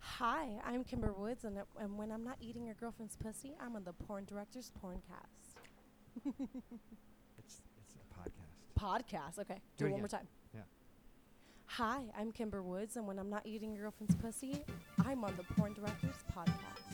Hi, I'm Kimber Woods, and, and when I'm not eating your girlfriend's pussy, I'm on the Porn Director's Porncast. It's it's a podcast. Podcast, okay. Do, Do it it one more again. time. Yeah. Hi, I'm Kimber Woods, and when I'm not eating your girlfriend's pussy, I'm on the Porn Director's Podcast.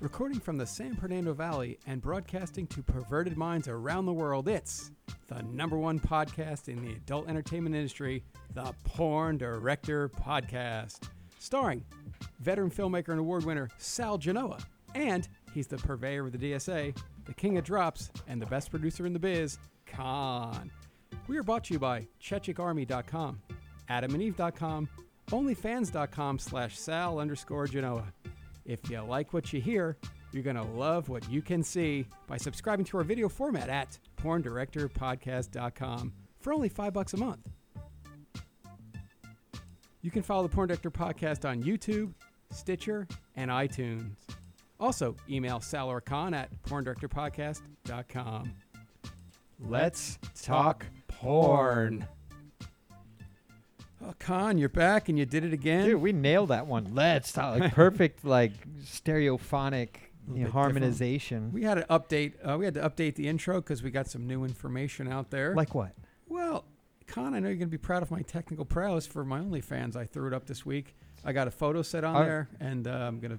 Recording from the San Fernando Valley and broadcasting to perverted minds around the world, it's the number one podcast in the adult entertainment industry, the Porn Director Podcast. Starring veteran filmmaker and award winner Sal Genoa. And he's the purveyor of the DSA, the king of drops, and the best producer in the biz, Khan. We are brought to you by ChechikArmy.com, AdamandEve.com, OnlyFans.com slash Sal underscore Genoa. If you like what you hear, you're going to love what you can see by subscribing to our video format at porndirectorpodcast.com for only 5 bucks a month. You can follow the Porn Director Podcast on YouTube, Stitcher, and iTunes. Also, email Sal or Khan at porndirectorpodcast.com. Let's talk porn. Oh, Khan, you're back and you did it again. Dude, we nailed that one. Let's talk. Like, perfect, like stereophonic Little you know, bit different. harmonization. We had to update. Uh, we had to update the intro because we got some new information out there. like what? well, Con, I know you're going to be proud of my technical prowess for my OnlyFans. I threw it up this week. I got a photo set on Are- there, and uh, I'm gonna.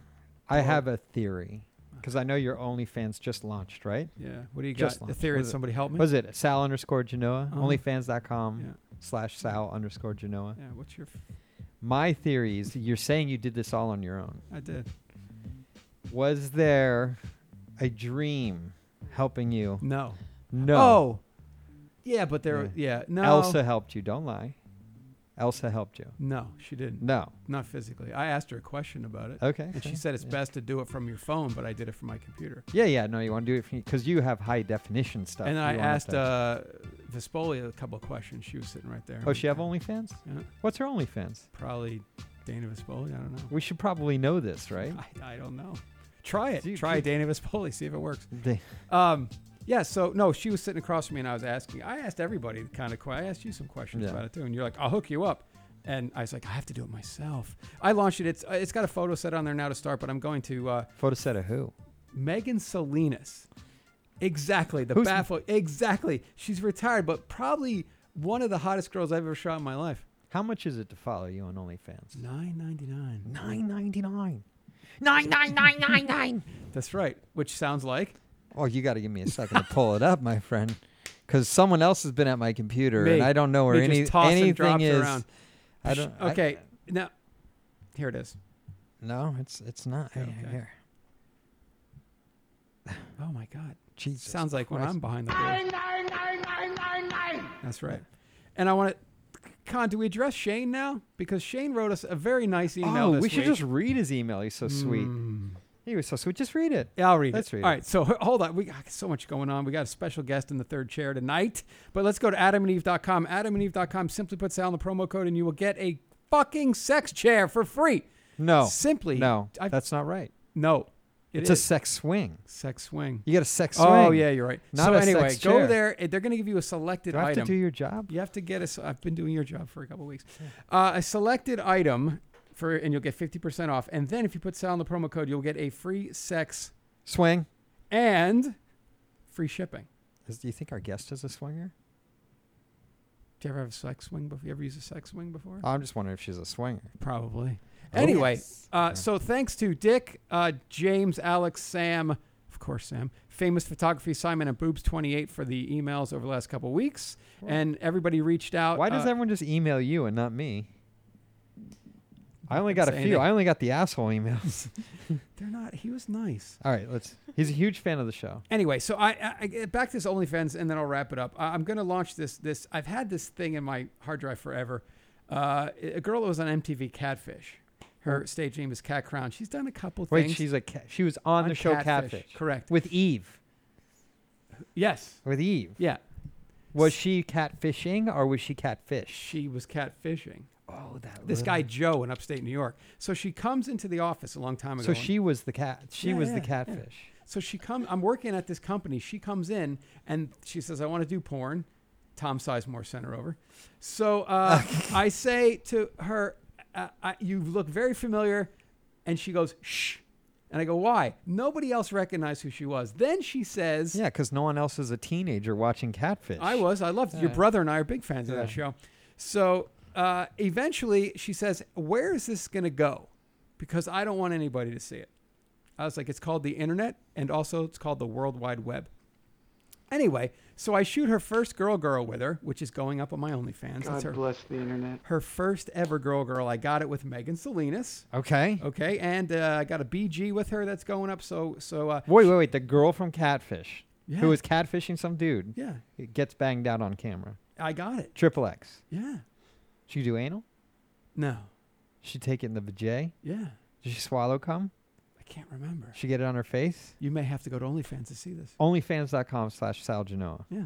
I Well- have a theory because I know your OnlyFans just launched, right? Yeah. What do you Just got? The launched. theory. Was it- Somebody help me. Was it Sal underscore Genoa? Uh-huh. OnlyFans.com Yeah. slash Sal underscore Genoa. Yeah. What's your? F- My theory is you're saying you did this all on your own. I did. Was there a dream helping you? No. No. Oh. Yeah, but there. Yeah. No. Elsa helped you. Don't lie. Elsa helped you. No, she didn't. No. Not physically. I asked her a question about it, Okay. and she sure. said it's yeah. best to do it from your phone, but I did it from my computer. Yeah, yeah. No, you want to do it because you have high definition stuff. And then I you want us asked to- uh, Vespolia a couple of questions. She was sitting right there. oh, she have OnlyFans? uh, Yeah. What's her OnlyFans? Probably Dana Vespoli. I don't know. We should probably know this, right? I, I don't know. Try it. Do you- Try Dana Vespoli. See if it works. They- Um, yeah. So no, she was sitting across from me, and I was asking. I asked everybody the kind of. que- I asked you some questions Yeah. about it too, and you're like, "I'll hook you up." And I was like, "I have to do it myself." I launched it. It's uh, it's got a photo set on there now to start, but I'm going to uh, Photo set of who? Megan Salinas. Exactly. The Who's- baffle. Exactly. She's retired, but probably one of the hottest girls I've ever shot in my life. How much is it to follow you on OnlyFans? Nine ninety nine. Nine ninety nine. Nine nine nine nine nine. That's right. Which sounds like Oh, you got to give me a second to pull it up, my friend, because someone else has been at my computer Me. and I don't know where They any just toss and anything drops is. around. I don't. I- okay. now, here it is. no, it's it's not. Hey, Okay. Here. Oh my God. Jesus. sounds like when Christ. I'm behind the wheel. That's right. And I want to. Con, do we address Shane now? Because Shane wrote us a very nice email. Oh, this we should week. just read his email. He's so sweet. Mm. He was so sweet. Just read it. Yeah, I'll read Let's it. read All it. right, so hold on. We got so much going on. We got a special guest in the third chair tonight. But let's go to adamandeve.com. Adamandeve.com. Simply put Sal in the promo code, and you will get a fucking sex chair for free. No. Simply. No. I- that's not right. No. It it's is. a sex swing. sex swing. You got a sex swing. Oh yeah, you're right. Not so a anyway, sex go chair. there. and They're going to give you a selected Do I have item. to do your job? you have to get a. s- I've been doing your job for a couple weeks. Uh, a selected item for, and you'll get fifty percent off. And then if you put Sal in the promo code, you'll get a free sex Swing. and free shipping. Is, do you think our guest is a swinger? Do you ever have a sex swing? Before you ever use a sex swing before? I'm just wondering if she's a swinger. Probably. Oh. Anyway, Yes. uh, so thanks to Dick, uh, James, Alex, Sam, of course, Sam, famous photography, Simon, and Boobs28 for the emails over the last couple weeks. And everybody reached out. Why does uh, everyone just email you and not me? I only Didn't got a few. say anything. I only got the asshole emails. They're not. He was nice. All right, let's. He's a huge fan of the show. Anyway, so I, I, I back to this OnlyFans, and then I'll wrap it up. I, I'm going to launch this. This I've had this thing in my hard drive forever. Uh, a girl that was on MTV Catfish. Her stage name is Cat Crown. She's done a couple Oh. Wait, things. she's a ca- she was on, On the show Catfish, Catfish, correct. With Eve, yes. with Eve. Yeah. Was she catfishing or was she catfish? She was catfishing. Oh, that This little- guy Joe in upstate New York. So she comes into the office a long time ago. So and- she was the cat. She Yeah, was yeah, the yeah. catfish. So she comes. I'm working at this company. She comes in and she says, "I want to do porn." Tom Sizemore sent her over. So uh, I say to her, uh, I, "You look very familiar," and she goes, "Shh," and I go, "Why?" Nobody else recognized who she was. Then she says, Yeah, because no one else is a teenager watching Catfish. I was. I loved it. Your Yeah. brother and I are big fans of Yeah. that show. So uh, eventually she says, Where is this going to go? Because I don't want anybody to see it. I was like, It's called the internet, and also it's called the World Wide Web. Anyway, so I shoot her first girl girl with her, which is going up on my OnlyFans. That's her, God bless the internet. her first ever girl girl. I got it with Megan Salinas. Okay. Okay, and uh, I got a BG with her that's going up. So, so uh, Wait, wait, wait. The girl from Catfish, Yeah. who was catfishing some dude, yeah, it gets banged out on camera. I got it. Triple X. Yeah. She do anal? No. She take it in the vajay? Yeah. Did she swallow cum? I can't remember. She get it on her face? You may have to go to OnlyFans to see this. Onlyfans.com slash Sal Genoa. Yeah.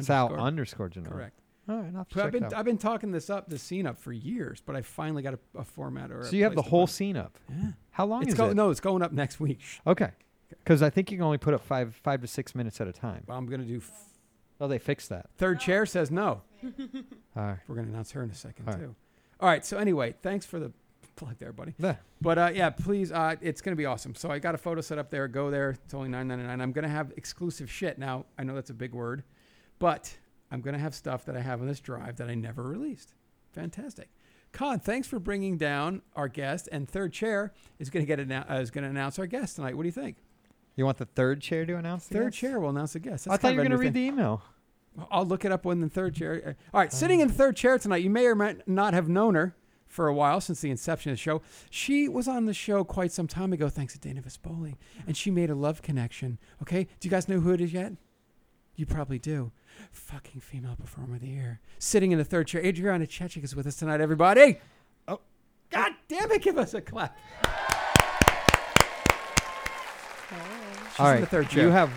Sal Underscore. underscore Genoa. Correct. All right, I'll have to So I've check been it out. I've been talking this up, this scene up for years, but I finally got a, a format or. a So you have the place to whole put scene up. it. Yeah. How long It's is go- it? no, it's going up next week. Shh. Okay. Because I think you can only put up five five to six minutes at a time. Well, I'm gonna do. F- Oh, they fixed that. Third chair says no. All right. We're gonna announce her in a second All right. too. All right. So anyway, thanks for the plug there, buddy. Yeah. But uh, yeah, please, uh, it's gonna be awesome. So I got a photo set up there. Go there. It's only nine ninety nine. I'm gonna have exclusive shit. Now I know that's a big word, but I'm gonna have stuff that I have on this drive that I never released. Fantastic. Con, thanks for bringing down our guest. And third chair is gonna get annou- uh, is gonna announce our guest tonight. What do you think? You want the third chair to announce the Third guest? chair will announce the guest. I thought you were going to read the. the email. I'll look it up when the third chair. uh, All right, sitting in third chair tonight. You may or may not have known her for a while since the inception of the show. She was on the show quite some time ago, thanks to Dana Vespoli, and she made a love connection. Okay, do you guys know who it is yet? You probably do. Fucking female performer of the year, sitting in the third chair. Adriana Chechik is with us tonight, everybody. Oh, god damn it! Give us a clap. She's All right. in the third chair. You have.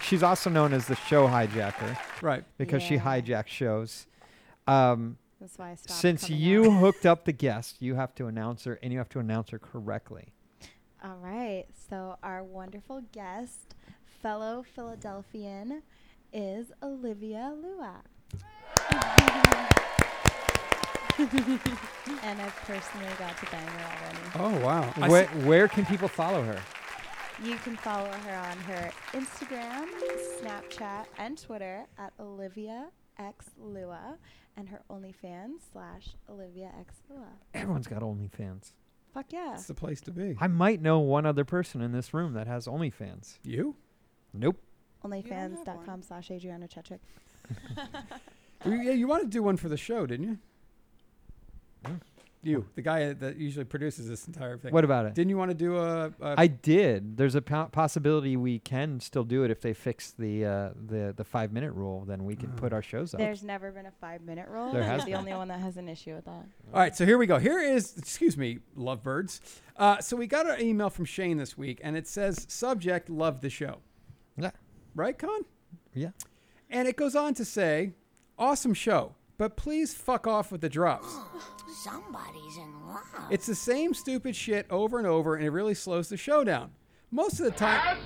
She's also known as the show hijacker right. because she Yeah. hijacks shows. Um, That's why I stopped. since coming you out. hooked up the guest, you have to announce her, and you have to announce her correctly. All right. So our wonderful guest, fellow Philadelphian, is Olivia Lua. and I've personally got to bang her already. Oh wow. I Where, see- where can people follow her? You can follow her on her Instagram, Snapchat, and Twitter at Olivia X Lua and her OnlyFans slash Olivia X Lua. Everyone's got OnlyFans. Fuck yeah. That's the place to be. I might know one other person in this room that has OnlyFans. You? Nope. have one. OnlyFans.com slash Adriana Chechik. You, yeah, you wanted to do one for the show, didn't you? Yeah. You, the guy that usually produces this entire thing. What about it? Didn't you want to do a? a I did. There's a po- possibility we can still do it if they fix the uh, the the five minute rule. Then we can Mm. put our shows up. There's never been a five minute rule. There and has I'm the been. only one that has an issue with that. all right, so here we go. Here is, excuse me, lovebirds. Uh, so we got an email from Shane this week, and it says subject: Love the show. yeah, Right, Con? yeah. And it goes on to say, awesome show, but please fuck off with the drops. Somebody's in love. It's the same stupid shit over and over, and it really slows the show down. Most of the time.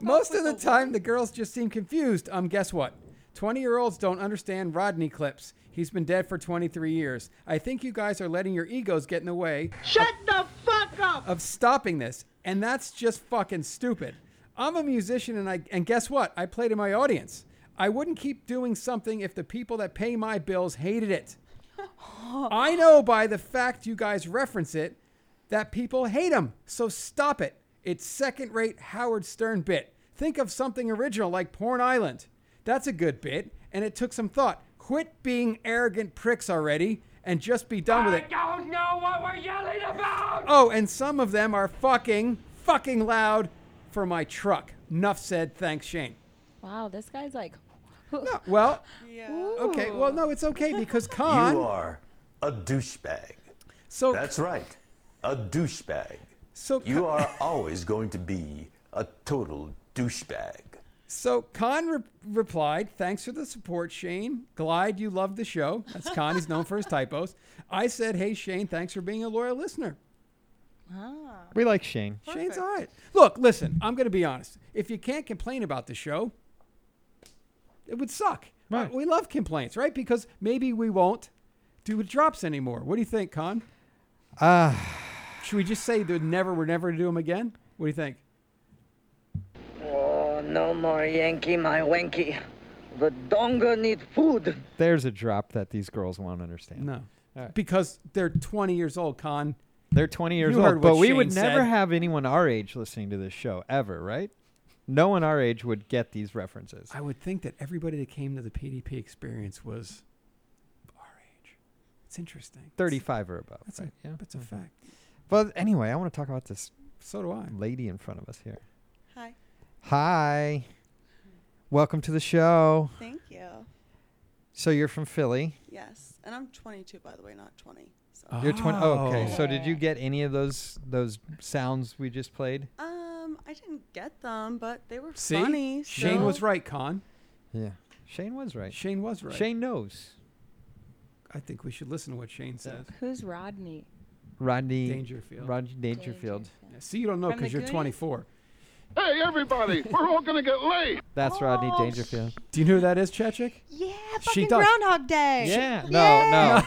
Most of the time, the girls just seem confused. Um, guess what? 20 year olds don't understand Rodney clips. He's been dead for 23 years. I think you guys are letting your egos get in the way. Shut the fuck up! Of stopping this, and that's just fucking stupid. I'm a musician, and I and guess what? I play to my audience. I wouldn't keep doing something if the people that pay my bills hated it. I know by the fact you guys reference it that people hate him. So stop it. It's second rate Howard Stern bit. Think of something original like Porn Island. That's a good bit, and it took some thought. Quit being arrogant pricks already and just be done with it. don't know what we're yelling about! Oh, and some of them are fucking, fucking loud for my truck. Nuff said, thanks, Shane. Wow, this guy's like. Well, Yeah. okay, well, no, it's okay because Khan. You are a douchebag. so, That's right, a douchebag. so You are always going to be a total douchebag. So Khan re- replied, "Thanks for the support, Shane. Glad you love the show. That's Khan. He's known for his typos." I said, "Hey Shane, thanks for being a loyal listener. We like Shane. Shane's all right. Look, listen. I'm going to be honest. If you can't complain about the show, It would suck. Right. Uh, we love complaints, right? Because maybe we won't do drops anymore. What do you think, Con? Uh, Should we just say that never, we're never to do them again? What do you think? Oh, no more Yankee, my wanky. The donga need food. there's a drop that these girls won't understand. No. All right. Because they're 20 years old, Con. They're 20 years You old, heard but what we would Shane never said. have anyone our age listening to this show ever, right? No one our age would get these references. I would think that everybody that came to the PDP experience was our age. It's interesting. 35 or above. That's, right? a, that's a fact. But anyway, I want to talk about this So do I. lady in front of us here. Hi. Hi. Welcome to the show. Thank you. So you're from Philly. Yes, and I'm 22 by the way, not 20. So. You're 20. Oh, okay. Oh. So did you get any of those those sounds we just played? Um, I didn't get them, but they were See? funny. Shane so- was right, Con. Yeah. Shane was right. Shane was right. Shane knows. I think we should listen to what Shane says. Who's Rodney? Rodney Dangerfield. Rodney Dangerfield. Yeah, See, you don't know From the because you're Goonies? 24. Hey, everybody, we're all gonna get laid. That's Rodney Dangerfield. Do you know who that is, Chechik? Yeah, She fucking does. Groundhog Day. Yeah. No. Yeah.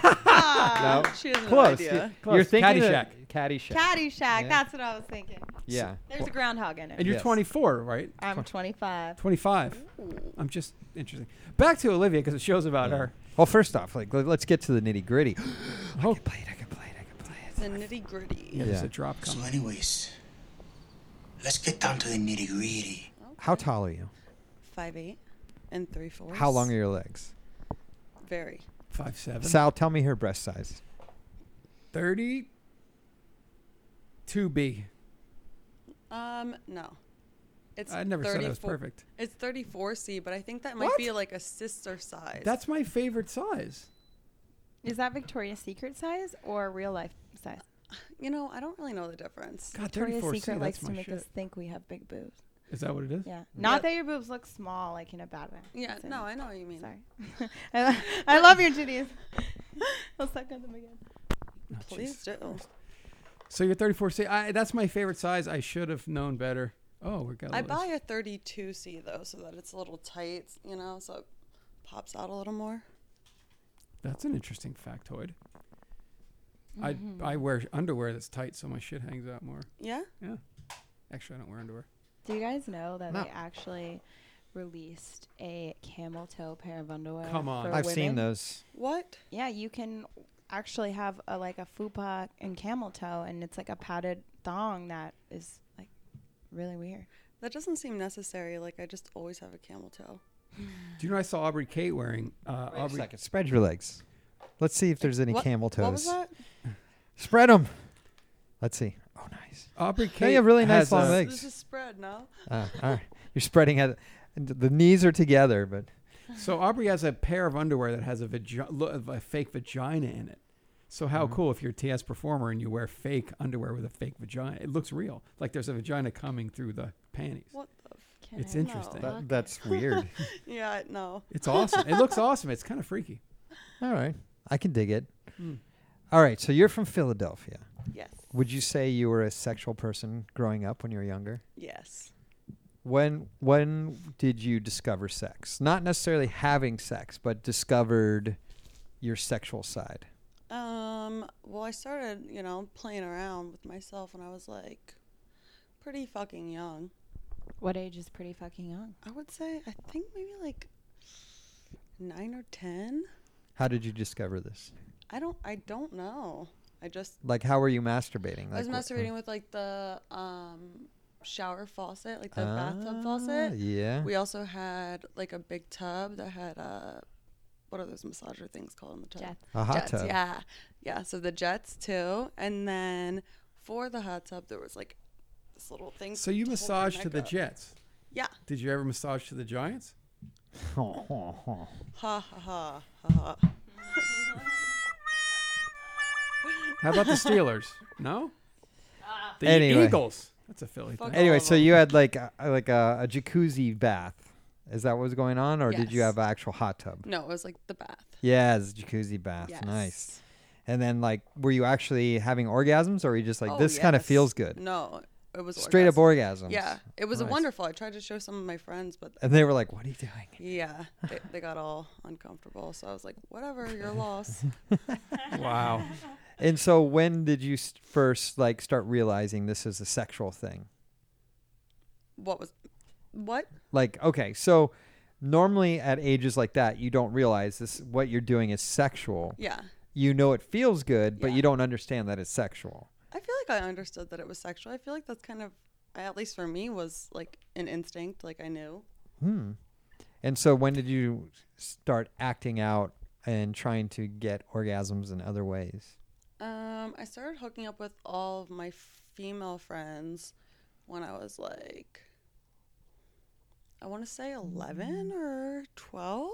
No. Ah, No. She has no Close. idea. You're Close. thinking Caddyshack. Of Caddyshack. Caddyshack. Yeah. That's what I was thinking. yeah. There's a groundhog in it. And you're Yes. 24, right? I'm 25. 25. I'm just interesting. Back to Olivia because the show's about Yeah. her. Well, first off, like let- let's get to the nitty gritty. Oh. play it. I can play it. I can play it. The nitty gritty. Yeah, there's Yeah. a drop So, coming. anyways, let's get down to the nitty gritty. How tall are you? Five eight and three four. How long are your legs? Very. Five seven. Sal, tell me her breast size. 30. 2B. Um, no. It's I never said I was 34 perfect. It's 34 C, but I think that might What? be like a sister size. That's my favorite size. Is that Victoria's Secret size or real life size? you know, I don't really know the difference. God, Victoria's 34C. Secret likes that's to my make shit. us think we have big boobs. Is that what it is? Yeah. Not Yep. that your boobs look small, like in a bad way. Yeah, It's in- no, I know what you mean. Sorry. I, lo- I love your titties. I'll suck on them again. Oh, Please jeez. do. So you're 34C. I, that's my favorite size. I should have known better. Oh, we're going I buy a 32 C though, so that it's a little tight, you know, so it pops out a little more. That's an interesting factoid. I I wear underwear that's tight, so my shit hangs out more. Yeah. Yeah. Actually, I don't wear underwear. Do you guys know that No. they actually released a camel toe pair of underwear? Come on. for I've seen women? those. What? Yeah, you can actually have a, like a fupa and camel toe, and it's like a padded thong that is like really weird. That doesn't seem necessary. Like I just always have a camel toe. Do you know I saw Aubrey Kate wearing uh, Aubrey? Second. Spread your legs. Let's see if there's any What- camel toes. What was that? Spread them. Let's see. Oh, nice. Aubrey They Kate have really nice has long a- legs. This is spread, no? Ah, all right. You're spreading out. and The knees are together, but So Aubrey has a pair of underwear that has a, vagi- lo- of a fake vagina in it. So Mm-hmm. how cool if you're a TS performer and you wear fake underwear with a fake vagina? It looks real. Like there's a vagina coming through the panties. What the? F- Can It's I- interesting. No. that, that's weird. yeah, no. It's awesome. it looks awesome. It's kind of freaky. all right. I can dig it. All right. So you're from Philadelphia. Yes. Would you say you were a sexual person growing up when you were younger? Yes. When when did you discover sex? Not necessarily having sex, but discovered your sexual side. Um, well, I started, you know, playing around with myself when I was like pretty fucking young. What age is pretty fucking young? I would say, I think maybe like nine or 10. How did you discover this? I don't, I don't know. I just, Like, how were you masturbating? I was Like, wh- masturbating with like the, um, shower faucet, like the Ah, bathtub faucet. Yeah. We also had like a big tub that had, uh, what are those massager things called in the tub? Jets. A hot jets, tub. yeah. Yeah, so the jets too. And then for the hot tub, there was like this little thing. So you to hold your massage to neck the up. Jets. Yeah. Did you ever massage to the Giants? Ha ha ha ha. ha. How about the Steelers? No. The Anyway. Eagles. That's a Philly thing. Fuck. Anyway, so you had like a, like a, a jacuzzi bath. Is that what was going on, or did you Yes. have an actual hot tub? No, it was like the bath. Yes, jacuzzi bath. Yes. Nice. And then, like, were you actually having orgasms, or were you just like, Oh, this kind of yes. feels good? No, it was Straight up orgasms. orgasms. Yeah, it was Nice. wonderful. I tried to show some of my friends, but And they were like, "What are you doing?" yeah, they, they got all uncomfortable. So I was like, whatever, your loss. Wow. And so, when did you s- first like start realizing this is a sexual thing? What was what? Like, okay, so normally at ages like that, you don't realize this what you're doing is sexual. Yeah. You know it feels good, but you don't understand that it's sexual. I feel like I understood that it was sexual. I feel like that's kind of, I- at least for me, was like an instinct. Like I knew. Hmm. And so, when did you start acting out and trying to get orgasms in other ways? Um, I started hooking up with all of my female friends when I was like, I want to say 11 or 12.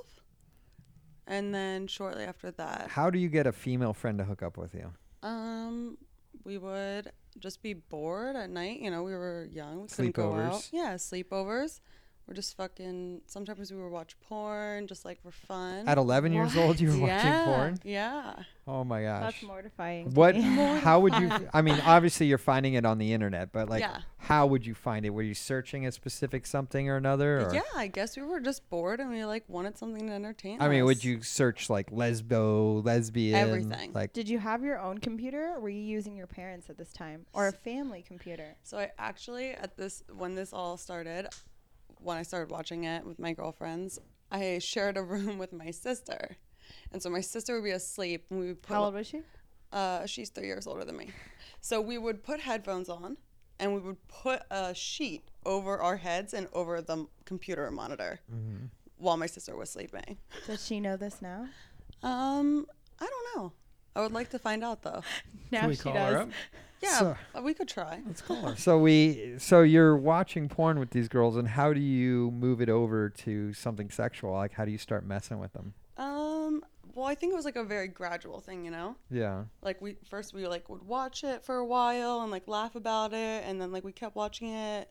And then shortly after that, How do you get a female friend to hook up with you? um, we would just be bored at night. You know, we were young. We couldn't go out. Sleepovers. Yeah, sleepovers. We're just fucking. Sometimes we would watch porn, just like for fun. At 11 years old, you were watching Mm, Yeah, porn? Yeah. Oh my gosh. That's mortifying. to What? me. How would you? I mean, obviously you're finding it on the internet, but like, Yeah. how would you find it? Were you searching a specific something or another? Or, Yeah, I guess we were just bored and we like wanted something to entertain. I mean, us. would you search like lesbo, lesbian, Everything. Like, Did you have your own computer? Or were you using your parents at this time, or a family computer? So I actually at this when this all started, when I started watching it with my girlfriends, I shared a room with my sister, and so my sister would be asleep and we would put. How old was she? Uh, she's three years older than me, so we would put headphones on, and we would put a sheet over our heads and over the m- computer monitor Mm-hmm. while my sister was sleeping. Does she know this now? Um, I don't know. I would like to find out though. Now Can we she call does. her up? Yeah, uh, we could try. Let's call her. so we, so you're watching porn with these girls, and how do you move it over to something sexual? Like, how do you start messing with them? Um, well, I think it was like a very gradual thing, you know. Yeah. like we first we like would watch it for a while and like laugh about it and then like we kept watching it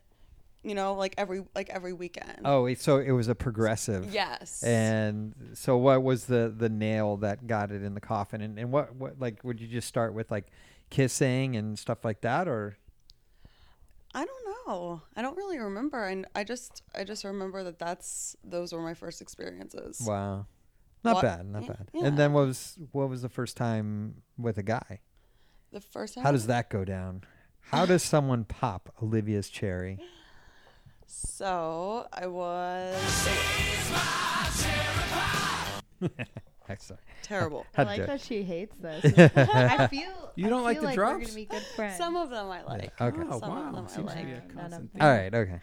you know like every like every weekend Oh, it- so it was a progressive. yes And so, what was the the nail that got it in the coffin? And and what what like would you just start with like kissing and stuff like that, or i don't know i don't really remember and i just i just remember that that's those were my first experiences wow, not What- bad, not y- bad. yeah. And then what was what was the first time with a guy? the first time How does that go down? How does someone pop Olivia's cherry? so i was I'm sorry. terrible I Had like to- that she hates this. I feel You don't I like feel the like We're drops? gonna be good friends. some of them i like okay. Oh, some wow. of them Seems i to be like a None constant of theme. them. All right, okay.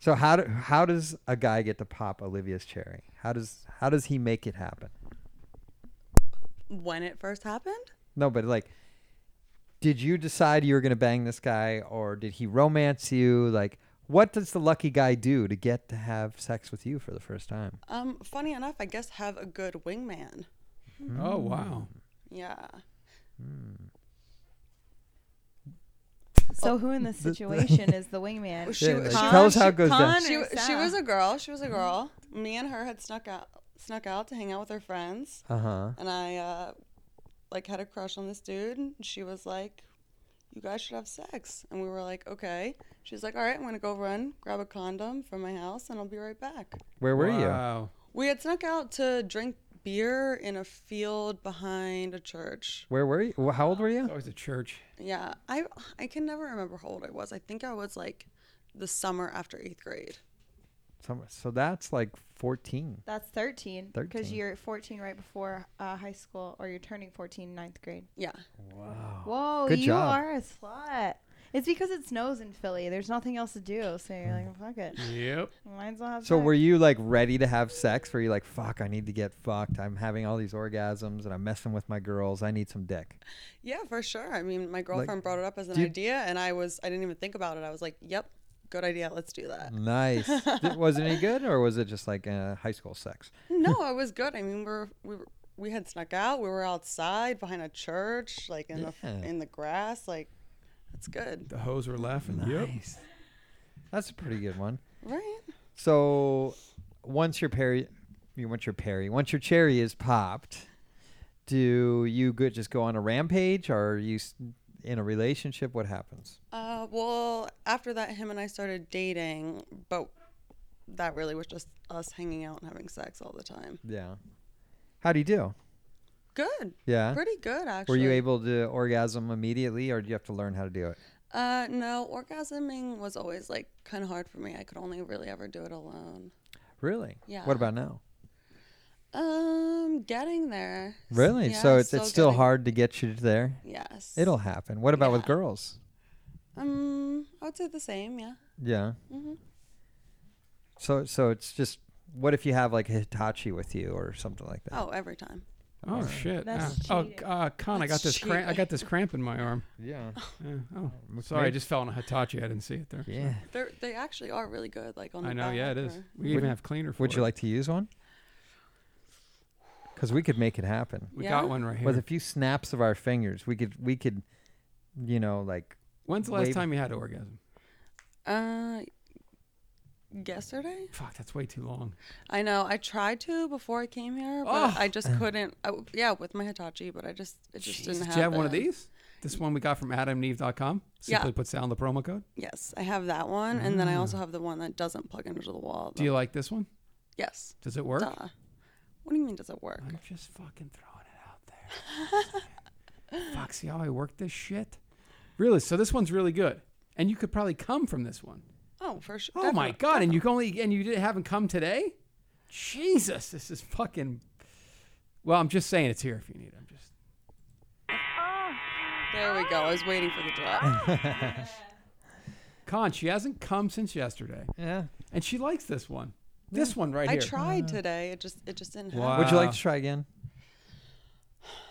So how do, how does a guy get to pop Olivia's cherry? How does how does he make it happen? when it first happened No, but like, did you decide you were going to bang this guy or did he romance you? Like, what does the lucky guy do to get to have sex with you for the first time? um funny enough i guess have a good wingman Oh, wow. yeah Oh, So who in this situation is the wingman? She Yeah, was- like, she- tell us how it goes down. Con she, or w- she was Sarah? a girl. She was a girl. Me and her had snuck out snuck out to hang out with her friends, Uh huh. and I uh, like had a crush on this dude. And she was like, "You guys should have sex," and we were like, "Okay." She's like, "All right, I'm gonna go run, grab a condom from my house, and I'll be right back." Where were you? wow. We had snuck out to drink beer in a field behind a church. Where were you? Wh- How old were It's you? always a church. Yeah, I I can never remember how old I was. I think I was like the summer after eighth grade. So, so that's like 14. That's 13 because 13. you're 14 right before uh, high school or you're turning 14 ninth grade. Yeah. Whoa, Oh, Good you job. are a slut. It's because it snows in Philly. There's nothing else to do, so you're like, fuck it. Yep. Might as well have Mm. So sex. were you like ready to have sex? Were you like, fuck, I need to get fucked. I'm having all these orgasms and I'm messing with my girls. I need some dick. Yeah, for sure. I mean, my girlfriend brought it up as an do you- idea, and I was I didn't even think about it. I was like, "Yep, good idea. Let's do that." Nice. Th- was it any good or was it just like uh, high school sex? no, it was good. I mean, we were we were, we had snuck out. We were outside behind a church, like in Yeah. the in the grass. Like, that's good, The hose were laughing. Yep. That's a pretty good one. right? So once your Perry, you once your Perry, once your cherry is popped, do you go, just go on a rampage? Or are you s- in a relationship? What happens? Uh, well, after that, him and I started dating, but that really was just us hanging out and having sex all the time. Yeah. How'd he do? Good. Yeah. Pretty good, actually. Were you able to orgasm immediately, or do you have to learn how to do it? Uh, no, orgasming was always like kind of hard for me. I could only really ever do it alone. Really? Yeah. What about now? Um, getting there. Really? Yeah, so it's it's still getting- hard to get you to there. Yes. It'll happen. What about with girls? Um, I would say the same. Yeah. Yeah. hmm So so it's just what if you have like Hitachi with you or something like that? Oh, every time. Oh shit! Uh, oh, uh, Con, I got That's this cramp. I cheating. got this cramp in my arm. Yeah. oh, Mc- sorry, I maybe- just fell on a Hitachi. I didn't see it there. Yeah. They're, they actually are really good. Like on the I know. Back Yeah, it is. or- We even have cleaner for Would you it. like to use one? Because we could make it happen. We got Yeah? one right With a here. few snaps of our fingers, we could we could, you know, like. When's the last wave- time you had an orgasm? Uh, yesterday. Fuck, that's way too long. I know. I tried to before I came here, Oh. but I just couldn't. I w yeah, with my Hitachi, but I just it just didn't Did happen. you have one of these? This one we got from AdamandEve.com. Yeah. Simply puts down the promo code. Yes, I have that one, and then I Ah. also have the one that doesn't plug into the wall. Do you like this one? Yes. Does it work? Duh. What do you mean? Does it work? I'm just fucking Fuck, see how I work this shit? Really? So this one's really good, and you could probably come from this one. Oh, for sure. Oh my god! And you can only and you didn't, haven't come today. Jesus, this is fucking. Well, I'm just saying it's here if you need it. I'm just. There we go. I was waiting for the drop. Con, she hasn't come since yesterday. Yeah. And she likes this one. This one right I here. Uh. tried today. It just it just didn't Wow. happen. Would you Uh. like to try again?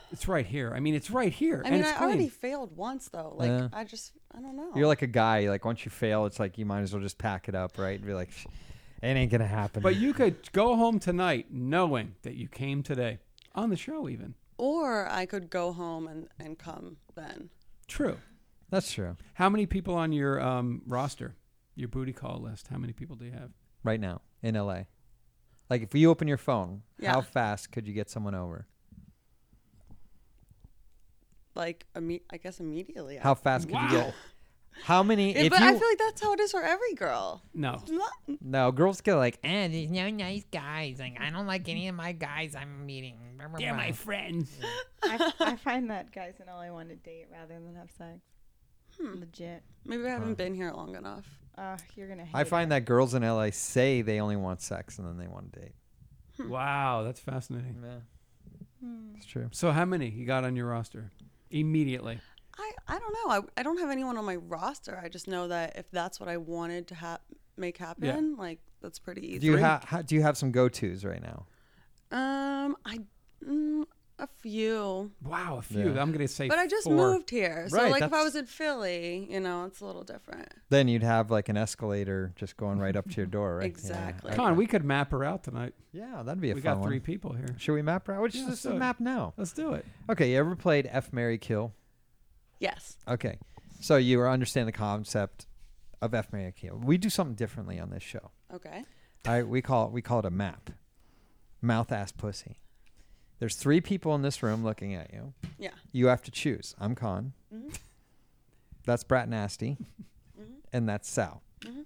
It's right here. I mean, it's right here. I and mean, it's I clean. already failed once though. Like Yeah. I just I don't know. You're like a guy. Like once you fail, it's like you might as well just pack it up, right? And be like, it ain't gonna happen. But you could go home tonight knowing that you came today on the show, even. or I could go home and and come then. True. That's true. How many people on your um, roster, your booty call list? How many people do you have? right now in LA. Like if you open your phone, Yeah. how fast could you get someone over? Like imme- I guess immediately. How after. fast could you get? How many? Yeah, if but you I feel like that's how it is for every girl. no, Not- no, girls get like, eh, And there's no nice guys. Like I don't like any of my guys I'm meeting. They're my friends. I, I find that guys and all I want to date rather than have sex. Hmm. Legit. Maybe I haven't Wow. been here long enough. Uh, you're gonna. Hate I find it. that girls in LA say they only want sex and then they want to date. Wow, that's fascinating. Yeah. Hmm. It's true. So, how many you got on your roster immediately? I, I don't know. I, I don't have anyone on my roster. I just know that if that's what I wanted to ha- make happen, like that's pretty easy. Do you have? do you have some go tos right now? Um, I mm, a few. Wow, a few. I'm gonna say. But I just four. moved here, so Right, like if I that's- was in Philly, you know, it's a little different. Then you'd have like an escalator just going right up to your door, right? Yeah. Exactly. Okay. Con, we could map her out tonight. Yeah, that'd be a We fun got one. three people here. Should we map her out? Which Yeah, is let's this do it. map now? Let's do it. Okay, you ever played F Mary Kill? Yes. Okay. So you understand the concept of F Mary Kill. We do something differently on this show. Okay. I we call it we call it a map. Mouth ass pussy. There's three people in this room looking at you. Yeah. You have to choose. I'm Con. Mhm. That's Brat Nasty. Mhm. And that's Sal. Mhm.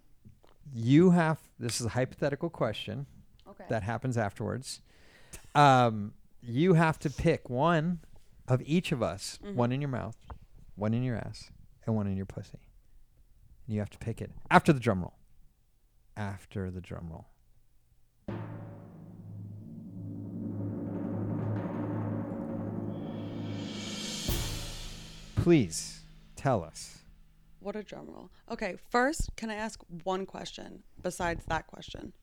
You have this is a hypothetical question Okay. that happens afterwards. Um, you have to pick one of each of us, Mm-hmm. Mhm. one in your mouth, one in your ass, and one in your pussy. You have to pick it after the drum roll. After the drum roll. Please tell us. What a drum roll. Okay, first, can I ask one question besides that question?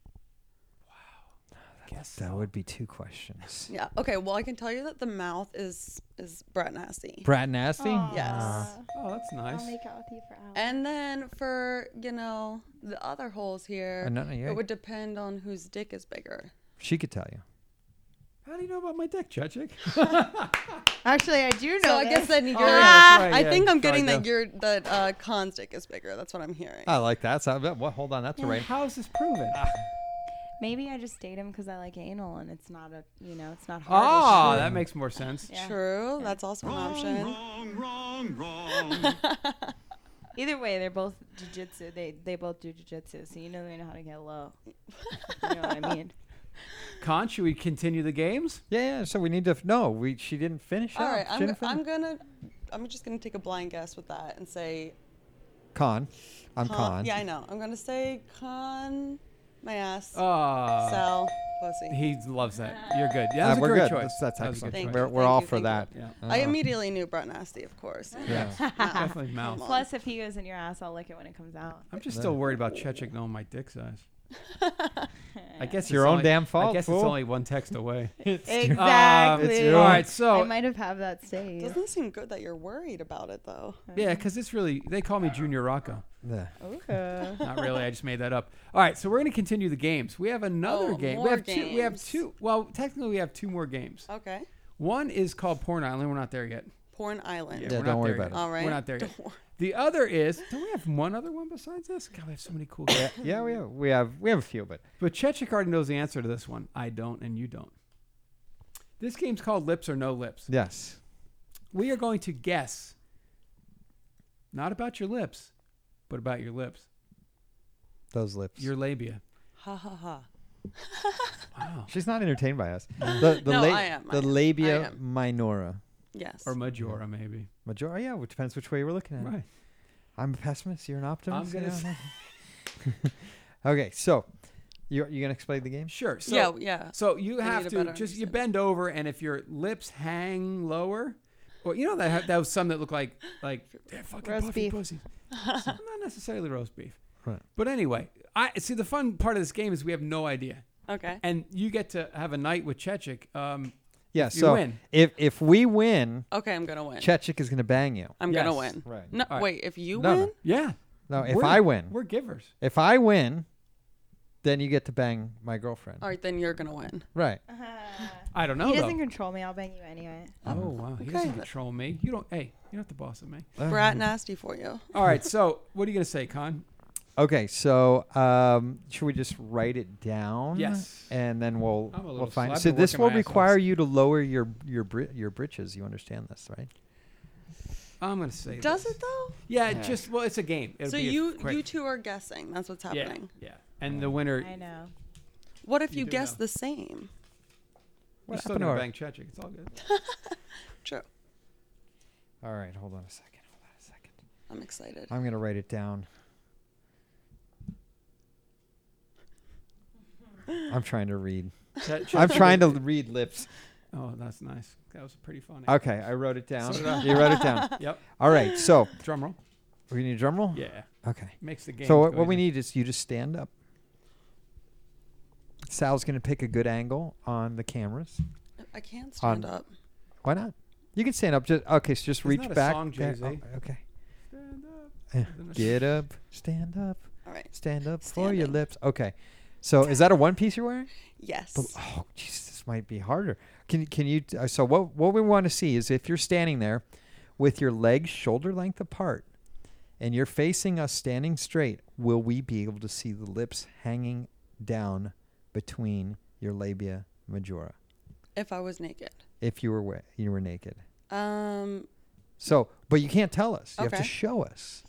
That would be two questions. Yeah. Okay. Well, I can tell you that the mouth is is Brett nasty. Brad Nasty? Yes. Aw. Oh, that's nice. I'll make out with you for hours. And then for you know the other holes here, Uh, no, no, yeah. it would depend on whose dick is bigger. she could tell you. How do you know about my dick, Chechik? Actually, I do know. So I guess this. then you're. Oh, yeah, that's right, I yeah, think sorry, I'm getting that go. your that uh, Khan's dick is bigger. That's what I'm hearing. Oh. I like that. So, what, hold on, that's a right. How is this proven? Ah, Maybe I just date him because I like anal and it's not a you know it's not hard. Ah, Oh, that makes more sense. True. That's also an option. Either way, they're both jujitsu. They they both do jujitsu, so you know they know how to get low. you know what I mean? Con, should we continue the games? Yeah, yeah. So we need to. F- no, we. She didn't finish. All up. right, She I'm, didn't go- I'm finish. gonna, I'm just gonna take a blind guess with that and say Con. I'm Con- con. Yeah, I know. I'm gonna say con my ass. Ah. Sal pussy. He loves that. You're good. Uh, Yeah, that's a we're great good. choice. That's- that's That was a good excellent. Thank choice. We're- you, we're thank all you, for thank you. that. Uh-huh. I Yeah. immediately knew Brett Nasty, of course. Yeah. Yeah. Definitely mouth. Plus, if he goes in your ass, I'll lick it when it comes out. I'm just still worried about Chechik knowing my dick size. I guess It's your it's own only- damn fault, I guess fool. it's only one text away. Exactly. Um, all right, I so might have had that saved. Doesn't seem good that you're worried about it though. yeah, because it's really they call me Junior Rocco. Yeah. Oh. Okay. Not really. I just made that up. All right, so we're going to continue the games. We have another Oh, game. We more have two. We have games. Oh. two. Well, technically, we have two more games. Okay. One is called Porn Island. We're not there yet. Porn Island. we're not there yet. All right. We're not there yet. Don't worry. The other is. Don't we have one other one besides this? God, we have so many cool. games. Yeah, we have we have we have a few, but But Chechik already knows the answer to this one. I don't, and you don't. This game's called Lips or No Lips. yes. We are going to guess, not about your lips, but about your lips, Those lips. your labia. Ha ha ha. She's not entertained by us. The the, No, la- I am, I the am, I labia am. minora. Yes. Or majora, maybe. Majora, yeah, which depends which way we're looking at. it. Right. I'm a pessimist. You're an optimist. gonna yeah, s- I'm- okay, so you're you gonna explain the game? Sure. So, Yeah, yeah. So you I need have a to better just you understanding. bend over, and if your lips hang lower, well, you know that ha- that was some that look like like they're fucking Roast puffy beef. pussies. So, not necessarily roast beef. Right. But anyway, I see. The fun part of this game is we have no idea, Okay. and you get to have a night with Chechik. Um, Yeah. if you so win. if if we win, Okay, I'm gonna win. Chechik is gonna bang you. I'm gonna Yes. win. Right. No, All right. wait. If you No, no. win, yeah. No, if We're- I win, we're givers. if I win, then you get to bang my girlfriend. all right, then you're gonna win. Right. I don't know he though. doesn't control me. I'll bang you anyway. Oh wow, he doesn't control me. You don't. Hey, you're not the boss of me. Uh-huh. Brat nasty for you. All right, so what are you gonna say, Con? Okay, so um, should we just write it down? Yes. And then we'll I'm a we'll little find. slow. I've So been this working will my ass off. require you to lower your your bri- your britches. You understand this, right? I'm gonna say. Does this. it though? Yeah, it just well, it's a game. It'll so be a you quick- you two are guessing. That's what's yeah, happening. yeah, and the winner. I know. What if You you, do guess know. the same? We're What happened still to gonna our- bang Chechik. It's all good. True. All right, hold on a second. Hold on a second. I'm excited. I'm gonna write it down. I'm trying to read. Che- I'm Chechik- trying to read lips. Oh, that's nice. That was pretty funny. Okay, I wrote it down. So did I. you wrote it down. Yep. All right, so Drum roll. we need a drum roll. Yeah. Okay. Makes the game. So what, go what we easy. need is you just stand up. Sal's gonna pick a good angle on the cameras. I can't stand on- up. Why not? You can stand up. Just okay. So just Isn't reach that a back. song, there. Jay-Z? Oh, okay. Stand up. Eh, Isn't it- Get up. Stand up. All right. Stand up for your Standing. lips. Okay. So is that a one piece you're wearing? Yes. Bel- Oh, Jesus, this might be harder. Can can you? t- uh, so what what we want to see is if you're standing there, with your legs shoulder length apart, and you're facing us standing straight, will we be able to see the lips hanging down between your labia majora If I was naked. if you were wa- you were naked? Um. So, but you can't tell us. You have Okay. to show us.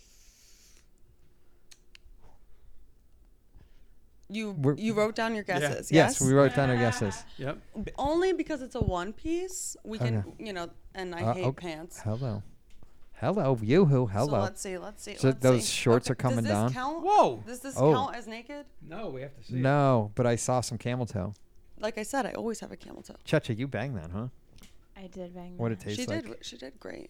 You We're- you wrote down your Yeah. guesses. Yes, we wrote down our guesses. Yep. Only because it's a one piece. We can you know, and I Uh, hate okay. pants. Hello, hello, yoo-hoo, hello. So let's see. Let's see. So let's those see. shorts are coming Does this down? Count? Whoa. Does this Oh. count as naked? No, we have to see. no, but I saw some camel toe. Like I said, I always have a camel toe. Checha, you bang that, huh? I did bang. What that. it tastes she like. did. She did great.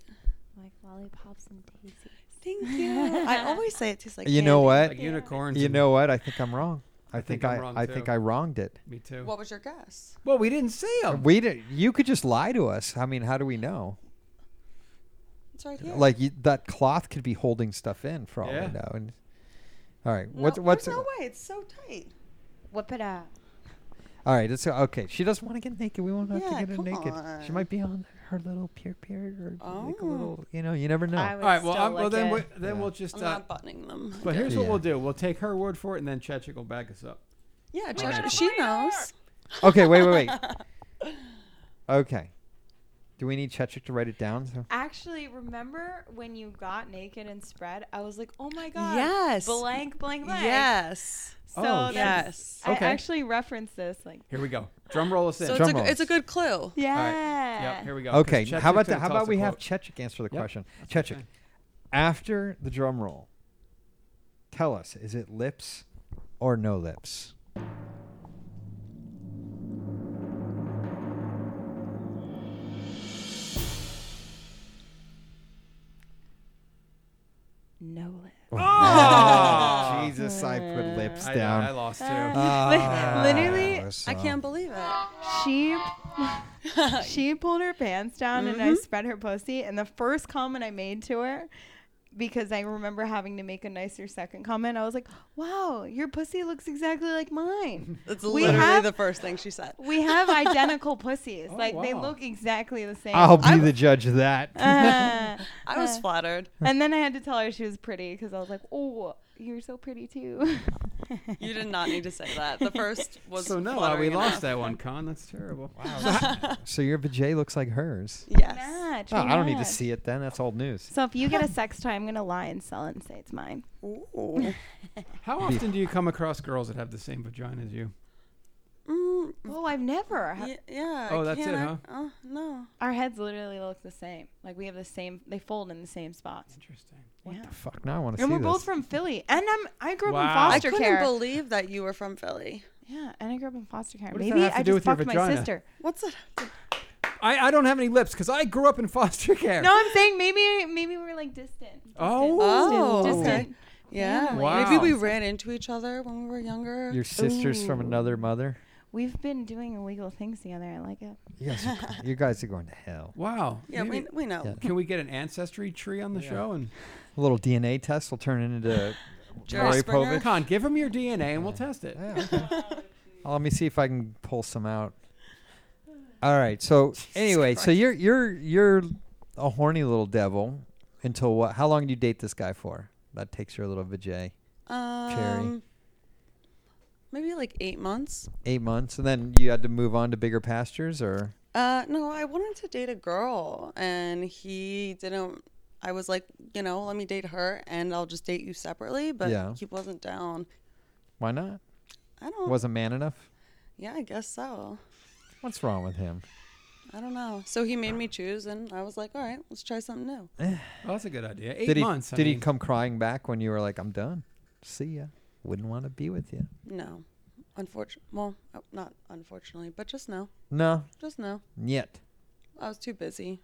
Like lollipops and daisies. Thank you. I always say it tastes like. You know candy. what? Like unicorns. You and- know what? I think I'm wrong. I think think, I'm I wrong, I too. think I wronged it. Me too. What was your guess? Well, we didn't see him. We did, you could just lie to us. I mean, how do we know? It's right here. Like you, that cloth could be holding stuff in for all Yeah. we know. And all right, No, what's what's there's no way. It's so tight. Whip it out. all right? It's okay. She doesn't want to get naked. We won't have Yeah, to get her come naked. She on. might be on her little peer period or like a Oh. little. You know, you never know. I All would right. Well, still I'm, well lick then it. we, then Yeah. we'll just. I'm Uh, not buttoning them. but here's what Yeah. we'll do. We'll take her word for it, and then Chechik will back us up. yeah, Judge, she knows. Okay, wait, wait, wait. okay, Do we need Chechik to write it down? So- Actually, remember when you got naked and spread? I was like, oh my god, Yes. blank, blank, blank. Yes. So Oh, that's- yes. I Okay. actually referenced this. Like, Here we go. Drum roll us in. So it's a, g- it's a good clue. Yeah. Yep, here we go. 'cause Okay, Chechik's how about gonna that? How tell us about we a quote. have Chechik answer the Yep. question? Chechik, after the drum roll, tell us: is it lips or no lips? no lips. Uh, Oh! Jesus, I put lips I know, down. I lost too. Oh, Ah, Literally, so- Uh. believe Ah. it. She she pulled her pants down and I Mm-hmm. Mhm. spread her pussy. And the first comment I made to her, because I remember having to make a nicer second comment, I was like, "Wow, your pussy looks exactly like mine." That's We literally have- the first thing she said. We have identical pussies. Oh, like they wow. look exactly the same. I'll be the judge of that. Uh, I was uh. flattered. And then I had to tell her she was pretty because I was like, "Oh, you're so pretty too." You did not need to say that. The first was So no, uh, flattering we lost enough. that one, Con. That's terrible. so your vajay looks like hers. Yes. Match, Oh, we I don't need to match. see it then. That's old news. So if you get a sex toy, I'm gonna lie and sell it and say it's mine. How often do you come across girls that have the same vagina as you? Mm, Oh, I've never. ha- y- yeah. Oh, I that's it, can't- huh? Oh, no. Our heads literally look the same. Like we have the same. They fold in the same spots. Interesting. What yeah. the Fuck, now I want to And see we're both this. from Philly, and I'm I grew up in Wow. I I foster couldn't care. believe that you were from Philly. yeah, and I grew up in foster care. What does that Maybe have to I do just with your fucked my vagina? sister. What's that? I, I don't have any lips because I grew up in foster care. No, I'm saying maybe maybe we're like distant. Oh. Oh, Distant. okay. Yeah. family. Wow. Maybe we ran into each other when we were younger. Your sister's from Ooh. another mother. We've been doing illegal things together. I like it. You guys, are, you guys are going to hell. Wow. Yeah, we, Maybe- we know. Yeah. Can we get an ancestry tree on the show? And A little DNA test will turn it into Jerry Maury Springer. Povich. Con, give him your DNA and we'll test it. Yeah, okay. Uh, Let me see if I can pull some out. All right. So anyway, so you're you're you're a horny little devil until what? How long do you date this guy for? That takes your little vajay. Um, maybe like eight months. Eight months, and then you had to move on to bigger pastures, or Uh, no, I wanted to date a girl, and he didn't. I was like, you know, let me date her, and I'll just date you separately. But Yeah. he wasn't down. why not? I don't. Wasn't man enough? Yeah, I guess so. What's wrong with him? I don't know. So he made me choose, and I was like, all right, let's try something new. Eh. Oh, that's a good idea. Eight did he months. I did he mean. come crying back when you were like, "I'm done, see ya, wouldn't want to be with you"? No, unfortunately, well, uh, not unfortunately, but just no, No, just no. yet I was too busy.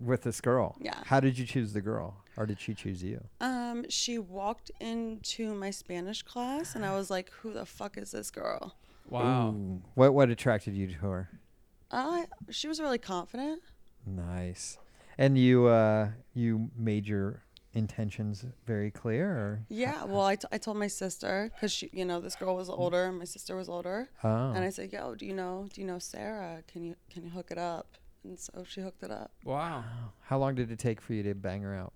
with this girl. Yeah. How did you choose the girl, or did she choose you? Um, she walked into my Spanish class, and I was like, who the fuck is this girl? Wow. Ooh. What what attracted you to her? Uh, she was really confident. Nice. And you uh you made your intentions very clear or Yeah, well, I, t- I told my sister because she, you know, this girl was older and my sister was older, Oh. and I said, "Yo, do you know, do you know Sarah? Can you can you hook it up?" And so she hooked it up. Wow. how long did it take for you to bang her out?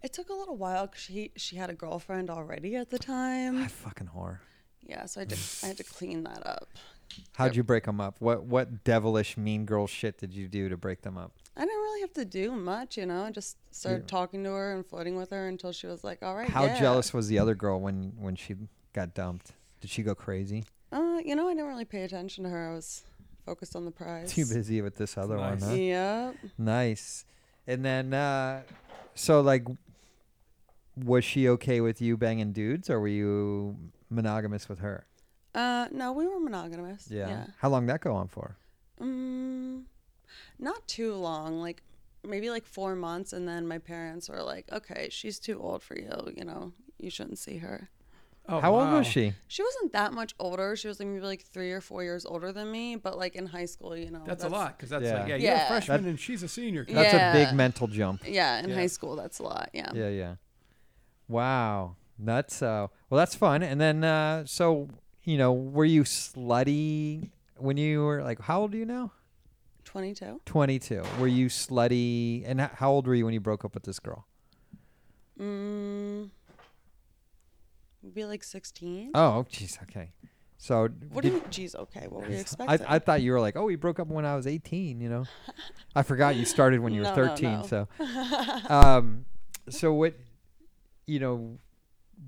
It took a little while because she she had a girlfriend already at the I time. fucking whore. Yeah, so I did I had to clean that up. How'd you break them up? What what devilish mean girl shit did you do to break them up? I didn't really have to do much, you know. I just started talking to her and flirting with her until she was like, "All right." How yeah." jealous was the other girl when when she got dumped? Did she go crazy? Uh, you know, I didn't really pay attention to her. I was focused on the prize. Too busy with this other one, huh? Yeah. Nice. And then uh so like was she okay with you banging dudes or were you monogamous with her? Uh, no, we were monogamous. yeah. How long that go on for? Um, not too long, like maybe like four months, and then my parents were like, "Okay, she's too old for you. You know, you shouldn't see her." Oh, How old wow. was she? She wasn't that much older. She was like maybe like three or four years older than me, but like in high school, you know, That's, a lot because that's like, Yeah. yeah, you're a Yeah. freshman That- and she's a senior. Yeah. That's a big mental jump. Yeah, in Yeah. high school, that's a lot. Yeah. Yeah, yeah. Wow. That's uh well that's fun. And then uh so you know, were you slutty when you were like how old are you now? Twenty-two. 22. Were you slutty and h- how old were you when you broke up with this girl? Mm, be like sixteen. Oh, jeez, okay. So Uh, What do did- you mean, geez, okay? What were you I, expecting? I thought you were like, oh, we broke up when I was 18, you know? I forgot you started when you were No, no, 13. no. So, um, so what, you know,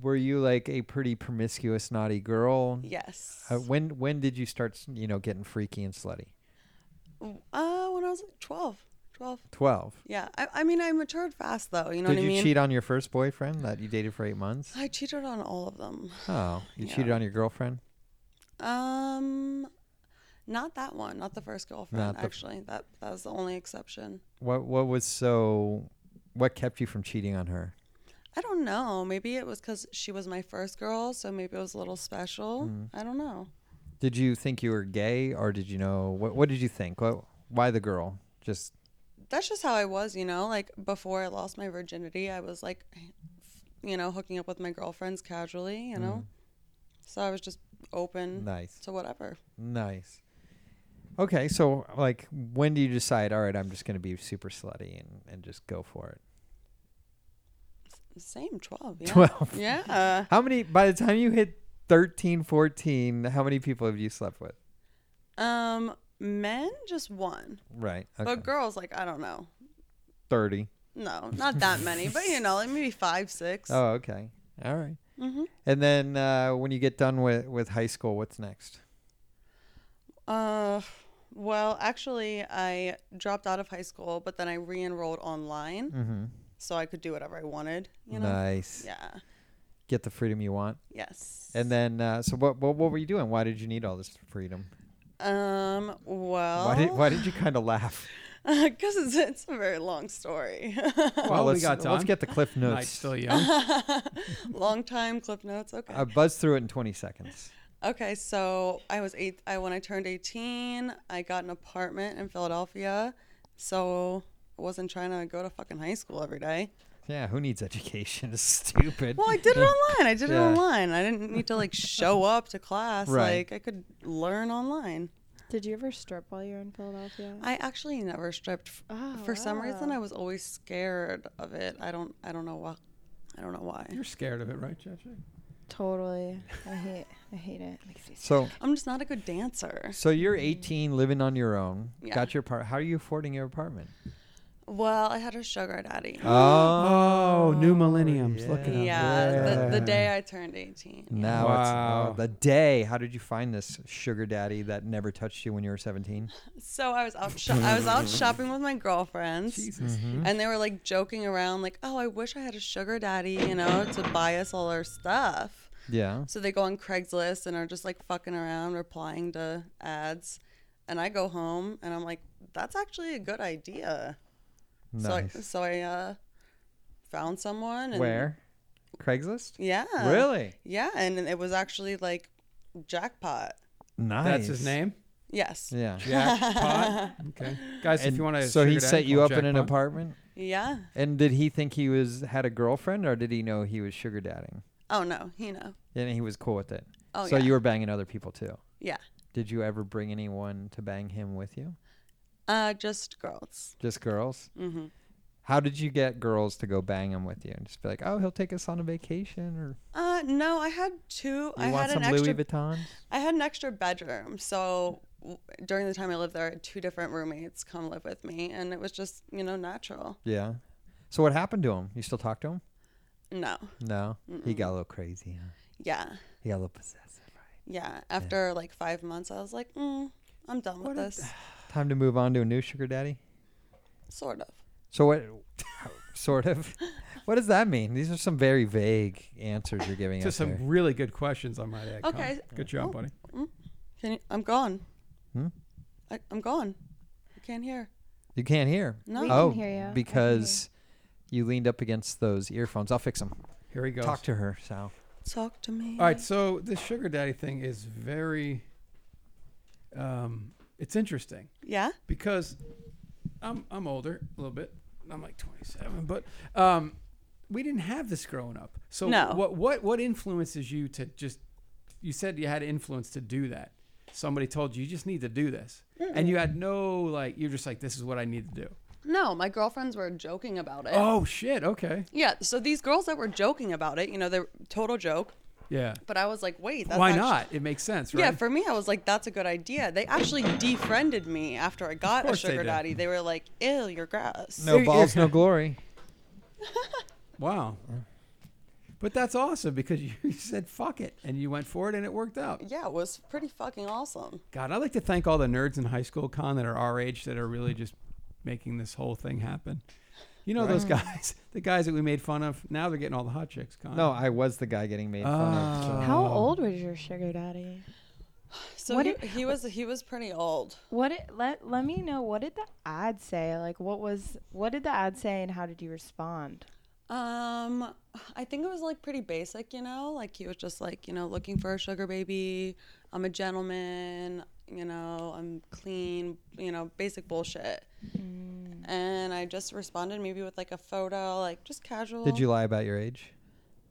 were you like a pretty promiscuous, naughty girl? Yes. Uh, when, when did you start, s- you know, getting freaky and slutty? uh, when I was like 12. 12. 12. Yeah. I, I mean, I matured fast, though. You know did what I you mean? cheat on your first boyfriend that you dated for eight months? I cheated on all of them. Oh, you Yeah. cheated on your girlfriend? Um, not that one. Not the first girlfriend, Not the- actually. That, that was the only exception. What, what was so, what kept you from cheating on her? I don't know. Maybe it was because she was my first girl, so maybe it was a little special. Mm. I don't know. Did you think you were gay, or did you know what? What did you think? What, why the girl? Just That's just how I was, you know? Like, before I lost my virginity, I was like, you know, hooking up with my girlfriends casually, you know? So I was just open Mm. Nice. to whatever. nice. Okay, so like, when do you decide? All right, I'm just going to be super slutty and and just go for it. Same 12. Yeah. Twelve. Yeah. How many? By the time you hit 13, 14, how many people have you slept with? Um, men just one. Right. But girls, like, I don't know. Thirty. No, not that many, but you know, like maybe five, six. Oh, okay. All right. Mhm. And then uh, when you get done with with high school, what's next? Uh, well, actually, I dropped out of high school, but then I re-enrolled online, Mhm. so I could do whatever I wanted. You know? Nice. Yeah. Get the freedom you want. Yes. And then, uh, so what, what? What were you doing? Why did you need all this freedom? Um. Well. Why did Why did you Oh. kind of laugh? Because it's it's a very long story. Well, let's- let's get the Cliff Notes. Night's still young. long time clip notes. Okay. I buzzed uh, through it in 20 seconds. Okay, so I was eight. I when I turned eighteen, I got an apartment in Philadelphia, so I wasn't trying to go to fucking high school every day. Yeah, who needs education? It's stupid. Well, I did it online. I did Yeah. it online. I didn't need to like show up to class. Right. Like I could learn online. Did you ever strip while you were in Philadelphia? I actually never stripped. F- Oh, For some reason, wow. I was always scared of it. I don't. I don't know why. I don't know why. You're scared of it, right, Jeffrey? totally. I hate. I hate it. Makes me sick. So, I'm just not a good dancer. so you're 18, living on your own. Yeah. Got your part. How are you affording your apartment? Well, I had a sugar daddy. Ah. Oh, new millenniums. Look at yeah. him. The, the day I turned 18. yeah. Now Wow. it's oh, the day. How did you find this sugar daddy that never touched you when you were 17? So I was out. Sho- I was out shopping with my girlfriends, Mhm. Mm-hmm. and they were like joking around, like, "Oh, I wish I had a sugar daddy, you know, to buy us all our stuff." Yeah. So they go on Craigslist and are just like fucking around, replying to ads, and I go home and I'm like, "That's actually a good idea." So I, Nice. so I uh, found someone. And, Where? Craigslist? Yeah. Really? Yeah, and it was actually like jackpot. Nice. That's his name. Yes. Yeah. Jackpot. okay, guys, if And you want to. so he set you up in an apartment? Yeah. And did he think he was had a girlfriend or did he know he was sugar dadding? Oh no, you know. And he was cool with it. Oh, so yeah. you were banging other people too. Yeah. Did you ever bring anyone to bang him with you? Uh, just girls. Just girls? Mhm. How did you get girls to go bang him with you and just be like, "Oh, he'll take us on a vacation," or Uh, no, I had two. "You I want had some an extra. Louis Vuittons?" I had an extra bedroom, so w- during the time I lived there, I had two different roommates come live with me, and it was just you know natural. Yeah. So what happened to him? You still talk to him? No. No. He got a little crazy. Huh? Yeah. He got a little possessive. Yeah. After like five months, I was like, mm, I'm done with this. Time to move on to a new sugar daddy. Sort of. So what? sort of. What does that mean? These are some very vague answers you're giving To us. some here. really good questions, I might add. Colin. Okay. Oh. Good job, buddy. Can you, I'm gone. Hmm? I, I'm gone. I can't hear. You can't hear. No. We can oh, hear you. I can hear because you leaned up against those earphones. I'll fix them. Here he goes. Talk to her, Sal. Talk to me. All right, so this sugar daddy thing is very. Um, it's interesting Yeah. because I'm I'm older a little bit. I'm like 27, but um, we didn't have this growing up. So No. what what what influences you to just? You said you had influence to do that. Somebody told you you just need to do this, and you had no like. You're just like this is what I need to do. No, my girlfriends were joking about it. Oh shit! Okay. Yeah, so these girls that were joking about it, you know, they're total joke. Yeah. But I was like, wait, that's Why actu- not? It makes sense, right? Yeah, for me, I was like, that's a good idea. They actually defriended me after I got a course they sugar did. daddy. They were like, ew, you're gross. No balls, no glory. Wow. But that's awesome because you said fuck it and you went for it and it worked out. Yeah, it was pretty fucking awesome. God, I'd like to thank all the nerds in high school, Con, that are our age that are really just making this whole thing happen. You know those Right. guys, the guys that we made fun of. Now they're getting all the hot chicks, Con. No, I was the guy getting made fun of. Oh. so- How old was your sugar daddy? So What he, did- he was he was pretty old. What it, let let me know what did the ad say? Like what was what did the ad say and how did you respond? Um, I think it was like pretty basic, you know. Like he was just like, you know, looking for a sugar baby. I'm a gentleman, you know. I'm clean, you know, basic bullshit. And I just responded maybe with like a photo, like just Oh. casual. Did you lie about your age?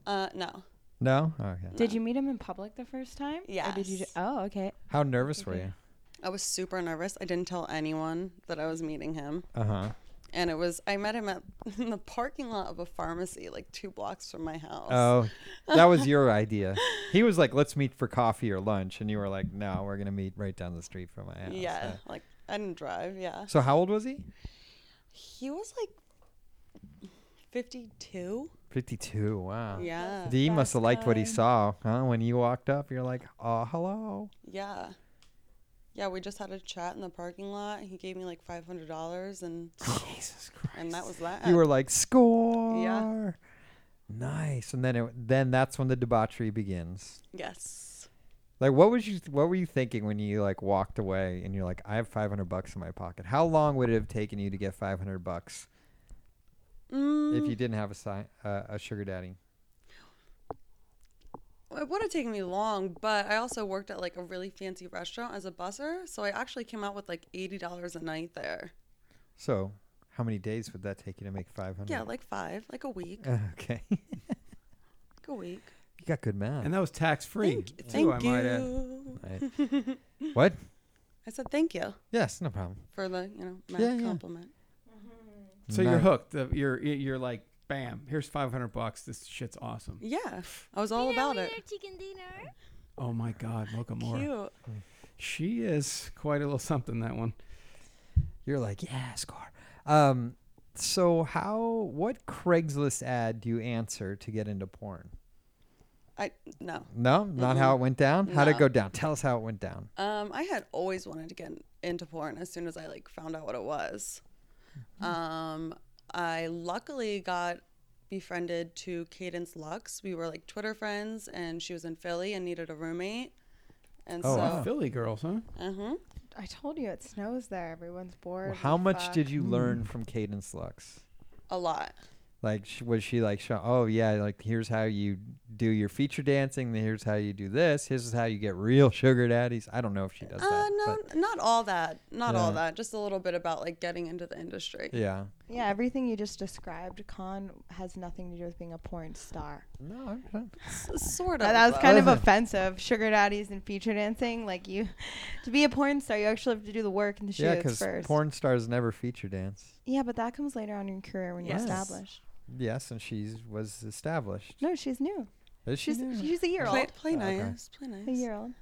Uh, no. No. Oh, Okay. Did you meet him in public the first time? Yeah. Did you? ju- Yes. Oh, okay. How nervous were you? I was super nervous. I didn't tell anyone that I was meeting him. Uh huh. And it was I met him at in the parking lot of a pharmacy, like two blocks from my house. Oh, that was your idea. He was like, "Let's meet for coffee or lunch," and you were like, "No, we're gonna meet right down the street from my house." yeah, like I didn't drive. Yeah. So how old was he? He was like 52. Fifty-two. Wow. Yeah. He must have liked what he Last saw, huh? When you walked up, you're like, "Oh, hello." Yeah. Yeah, we just had a chat in the parking lot. He gave me like five hundred dollars, and Jesus Christ! And that was that. You were like, "Score." Nice. And then it, then that's when the debauchery begins. Yes. Like, what was you? What were you thinking when you like walked away and you're like, "I have five hundred bucks in my pocket." How long would it have taken you to get five hundred bucks if Mm, you didn't have a si- uh, a sugar daddy? it would have taken me long, but I also worked at like a really fancy restaurant as a busser, so I actually came out with like eighty dollars a night there. So, how many days would that take you to make 500? Yeah, like five, like a week, Uh, okay. you like a week. got good math. And that was tax free. Thank I you. might add. Right. What? I said thank you Yes, no problem. for the you know my Yeah, yeah. compliment. So you're Nice. hooked. The- You're you're like, bam. Here's five hundred bucks. This shit's awesome. Yeah, I was all about it. Chicken dinner. Oh my God, Mocha Moore. Cute. She is quite a little something. That one. You're like, yeah, score. Um, so how? What Craigslist ad do you answer to get into porn? I no. No, not how it went Mm, down. How'd it No. go down? Tell us how it went down. Um, I had always wanted to get into porn as soon as I like found out what it was. Hmm. Um, I luckily got befriended to Cadence Lux. We were like Twitter friends, and she was in Philly and needed a roommate. And Oh, so, wow. Philly girls, huh? uh-huh. I told you it snows there. Everyone's bored. How and much fuck. Mm. did you learn from Cadence Lux? a lot. Like, sh- was she like, show, oh yeah, like here's how you do your feature dancing. then Here's how you do this. Here's how you get real sugar daddies. I don't know if she does Uh, that. no, not all that. Not all Yeah. that. Just a little bit about like getting into the industry. but- yeah. Yeah, everything you just described, Con, has nothing to do with being a porn star. No, I'm not. S- sort of. That, that was though. kind of offensive. Sugar daddies and feature dancing, like you, to be a porn star, you actually have to do the work and the Yeah, shoots because first. porn stars never feature dance. yeah, but that comes later on in your career when Yes. you're established. Yes, and she was established. No, she's new. Is she? she's new? she's a year Play, old. Ah, play Okay. nice. Play A nice. year old.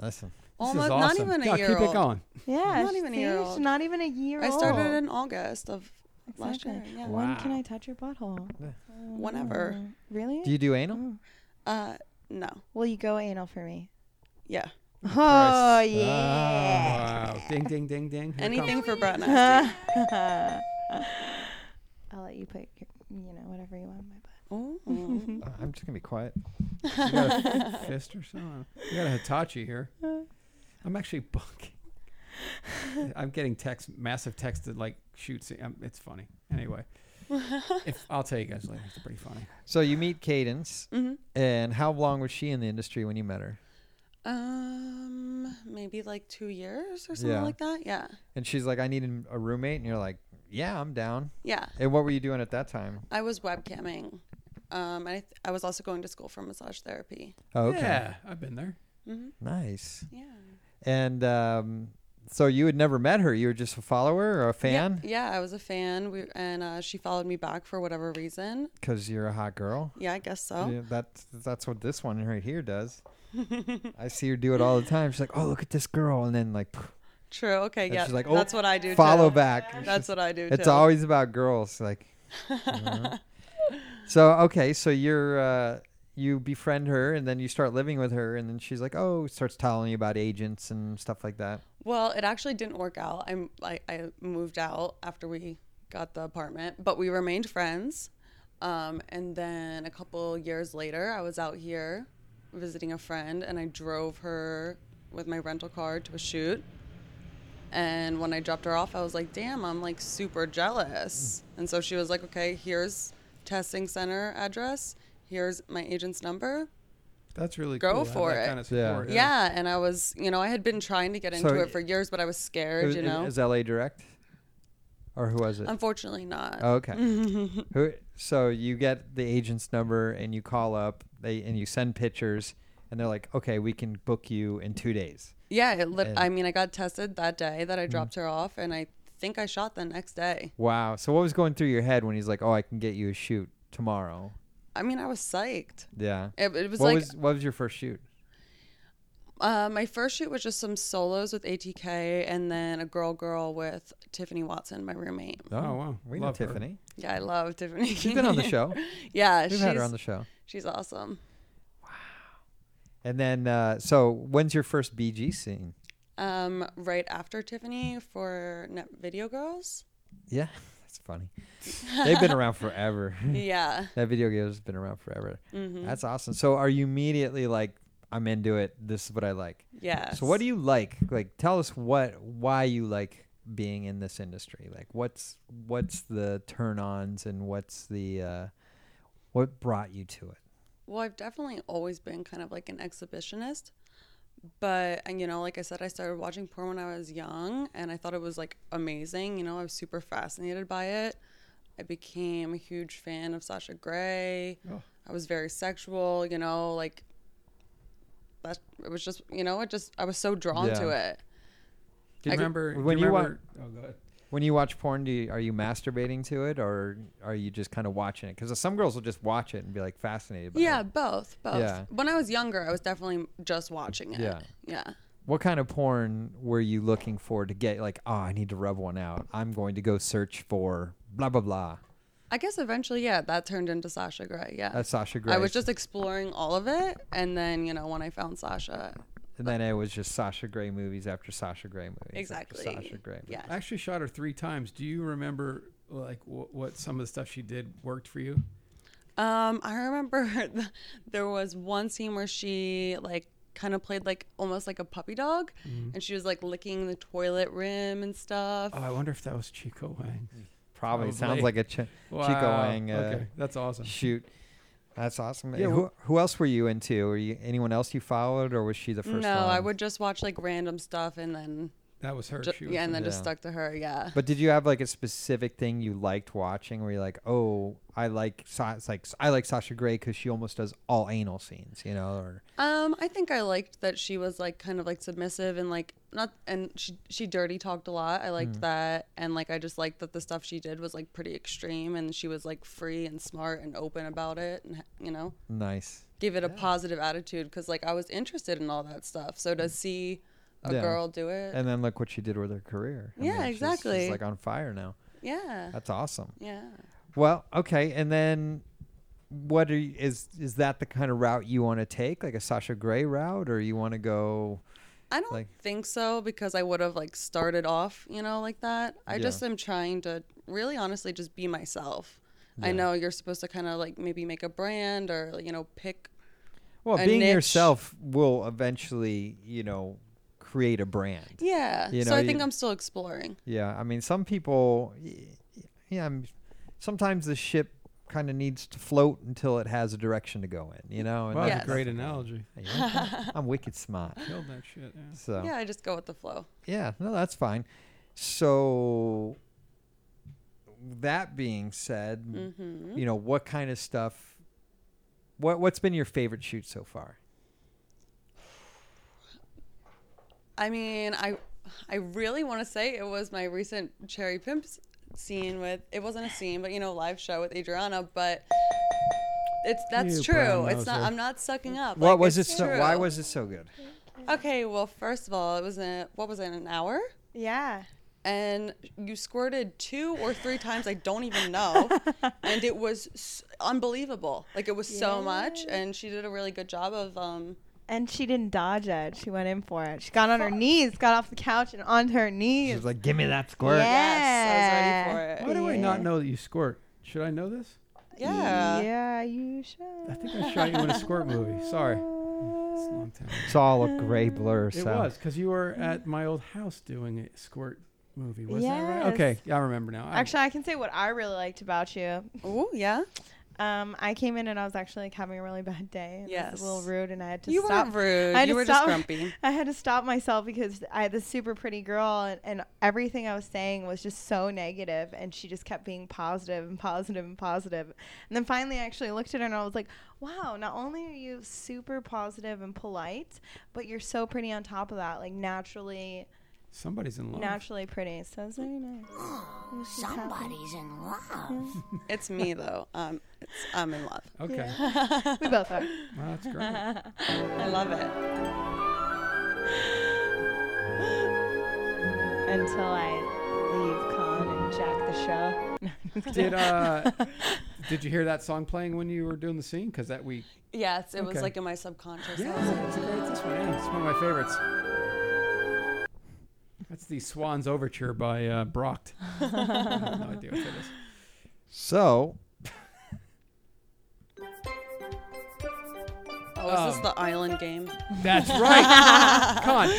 Listen, This is Almost, awesome. not even a God, year keep old. it going. Yeah, Not even a year see? old. She's not even a year I old. started in August of last Exactly. year. Yeah. When can Wow. I touch your butthole? Whenever. Uh, Really? do you do anal? Uh, no. Will you go anal for me? Yeah. Oh yeah. Wow. Ding, ding, ding, ding. Here it comes. Anything for Brett Nasty. I'll let you put your, you know, whatever you want in my butt. Oh. Ooh. Uh, I'm just gonna be quiet. You got a fist or something. You got a Hitachi here. I'm actually bunking. I'm getting text, massive text that like shoots. Um, it's funny. Anyway, if, I'll tell you guys later. It's pretty funny. So you meet Cadence, Mm-hmm. and how long was she in the industry when you met her? um, maybe like two years or something Yeah. like that. Yeah. And she's like, I need an- a roommate, and you're like, Yeah, I'm down. Yeah. And what were you doing at that time? I was webcamming. Um, and I, th- I was also going to school for massage therapy. Oh, okay, Yeah, I've been there. nice. Yeah. And um, So you had never met her. You were just a follower or a fan Yeah, I was a fan. We and uh, she followed me back for whatever reason. because you're a hot girl. Yeah, I guess so. Yeah, that's that's what this one right here does. I see her do it all the time. She's like, "Oh, look at this girl," and then like, True. Okay. and Yeah. she's like, "Oh, that's what I do. Follow too. back. It's That's just- what I do. It's too. always about girls. Like, uh-huh. so okay, so you're uh, you befriend her, and then you start living with her, and then she's like, "Oh," starts telling you about agents and stuff like that. Well, it actually didn't work out. I'm I, I moved out after we got the apartment, but we remained friends. Um, and then a couple years later, I was out here visiting a friend, and I drove her with my rental car to a shoot. And when I dropped her off, I was like, "Damn, I'm like super jealous." And so she was like, "Okay, here's testing center address. Here's my agent's number. That's really Go cool. to have for that it. kind of Yeah. support, Yeah. and I was, you know, I had been trying to get So into y- it for years, but I was scared, Is- you is- know. Um, is LA Direct, or who was it? Unfortunately, not. Oh, okay. Who? So you get the agent's number and you call up. They and you send pictures, and they're like, "Okay, we can book you in two days." yeah, it lit- And- I mean, I got tested that day that I Mm-hmm. dropped her off, and I think I shot the next day. Wow. So what was going through your head when he's like, "Oh, I can get you a shoot tomorrow"? I mean, I was psyched. Yeah. It, it was what like was what was your first shoot? uh, my first shoot was just some solos with ATK, and then a girl girl with Tiffany Watson, my roommate. Oh, wow. We Love know her. Tiffany. Yeah, I love Tiffany. She's been on the show. yeah, We've she's had her on the show. She's awesome. And then, uh, so when's your first BG scene? Um, right after Tiffany for Net Video Girls. Yeah, that's funny. They've been around forever. Yeah. that video game's been around forever. Mhm. That's awesome. So are you immediately like, I'm into it. This is what I like. So what do you like? Like, tell us what, why you like being in this industry. Like, what's what's the turn ons and what's the uh, what brought you to it? Well, I've definitely always been kind of like an exhibitionist. But, and you know, like I said, I started watching porn when I was young and I thought it was like amazing. You know, I was super fascinated by it. I became a huge fan of Sasha Gray. Oh. I was very sexual, you know, like that. It was just, you know, it just, I was so drawn to Yeah. it. Do you I- remember when do you, you wa- remember, Oh, go ahead. When you watch porn, do you, are you masturbating to it or are you just kind of watching it? Because some girls will just watch it and be like fascinated. By Yeah, It. both, both. Yeah. When I was younger, I was definitely just watching it. Yeah. Yeah. What kind of porn were you looking for to get? Like, oh, I need to rub one out. I'm going to go search for blah blah blah. I guess eventually, yeah, that turned into Sasha Gray. Yeah. That's Sasha I was Gray's. just exploring all of it. And then, you know, when I found Sasha, And then it was just Sasha Gray movies after Sasha Gray movies. after exactly. Sasha Gray. movies. Yeah. I actually shot her three times. Do you remember like wh- what some of the stuff she did worked for you? Um, I remember the, there was one scene where she, like, kind of played like almost like a puppy dog and she was like licking the toilet rim and stuff. Oh, I wonder if that was Chico Wang. Probably, sounds Probably. like a Ch- Chico Wow. Wang. Uh, Okay, that's awesome. Shoot, that's awesome. Yeah, Yeah, who, well- who else were you into? Were you anyone else you followed, or was she the first? no, I one? would just watch like random stuff and then That was her. ju- she was yeah, and the- then just Yeah. stuck to her. Yeah. But did you have like a specific thing you liked watching, where you're like, oh, I like Sa- it's like I like Sasha Grey because she almost does all anal scenes, you know? Or Um, I think I liked that she was like kind of like submissive and like not and she she dirty talked a lot. I Hmm. liked that and like I just liked that the stuff she did was like pretty extreme and she was like free and smart and open about it and you know nice. give it a positive attitude because like I was interested in all that stuff. So to see a Hmm. Yeah. girl do it, And then look what she did with her career. Uh, Yeah, she's- She's, exactly. like on fire now. yeah, That's awesome. yeah. Well, okay, and then what are you, is is that the kind of route you want to take, like a Sasha Grey route, or you want to go? I don't Like- think so because I would have like started off, you know, like that. I Yeah. just am trying to really honestly just be myself. I Yeah. know you're supposed to kind of like maybe make a brand or you know pick Well, A being niche. yourself will eventually, you know, create a brand. yeah. You so know, I you- think I'm still exploring. Yeah, I mean, some people, y- y- yeah, I'm, sometimes the ship kind of needs to float until it has a direction to go in, you know. And Wow, that's Yes. a great analogy. Yeah, I'm wicked smart. Killed that shit. Yeah. So Yeah, I just go with the flow. yeah, no, that's fine. So that being said, Mhm. you know, what kind of stuff? What what's been your favorite shoot so far? I mean, I I really want to say it was my recent Cherry Pimps scene with it wasn't a scene, but you know, live show with Adriana, but it's that's You true. brown It's not noser. I'm not sucking up. What Like, was it it's so? true. Why was it so good? Okay, well, first of all, it was in what was it, an hour? Yeah. And you squirted two or three times, I don't even know. and it was s- unbelievable. Like it was so much, and she did a really good job of um And she didn't dodge it. She went in for it. She got on her knees, got off the couch, and on her knees. She was like, "Give me that squirt." Yes, I was ready for it. Why do I not know that you squirt? Should I know this? Yeah. Yeah, you should. I think I shot you in a squirt movie. Sorry. It's a long time. It's all a gray blur. It so. was because you were at my old house doing a squirt movie. Was that right? Okay, Yes. yeah, I remember now. I- Actually, I can say what I really liked about you. Oh yeah. Um, I came in and I was actually like having a really bad day. And I was Yes. a little rude, and I had to You stop. weren't rude. I had You to were just stop- grumpy. I had to stop myself because I had this super pretty girl, and, and everything I was saying was just so negative, and she just kept being positive and positive and positive. And then finally, I actually looked at her and I was like, "Wow! Not only are you super positive and polite, but you're so pretty on top of that. Like naturally, Somebody's in love. naturally pretty. So it's very nice. She's happy. Somebody's in love. it's me though. Um, it's, I'm in love. Okay. Yeah. we both are. Well, that's great. I love it. Until I leave Con and Jack the show. No, I'm just did kidding. uh, did you hear that song playing when you were doing the scene? Because that we Yes, it Okay. was like in my subconscious. I was yeah, it's great. This one, yeah, it's one of my favorites. That's the Swans Overture by uh, Brocht. I have no idea what that is. So like, oh, is Um, this the island game? That's right. Con,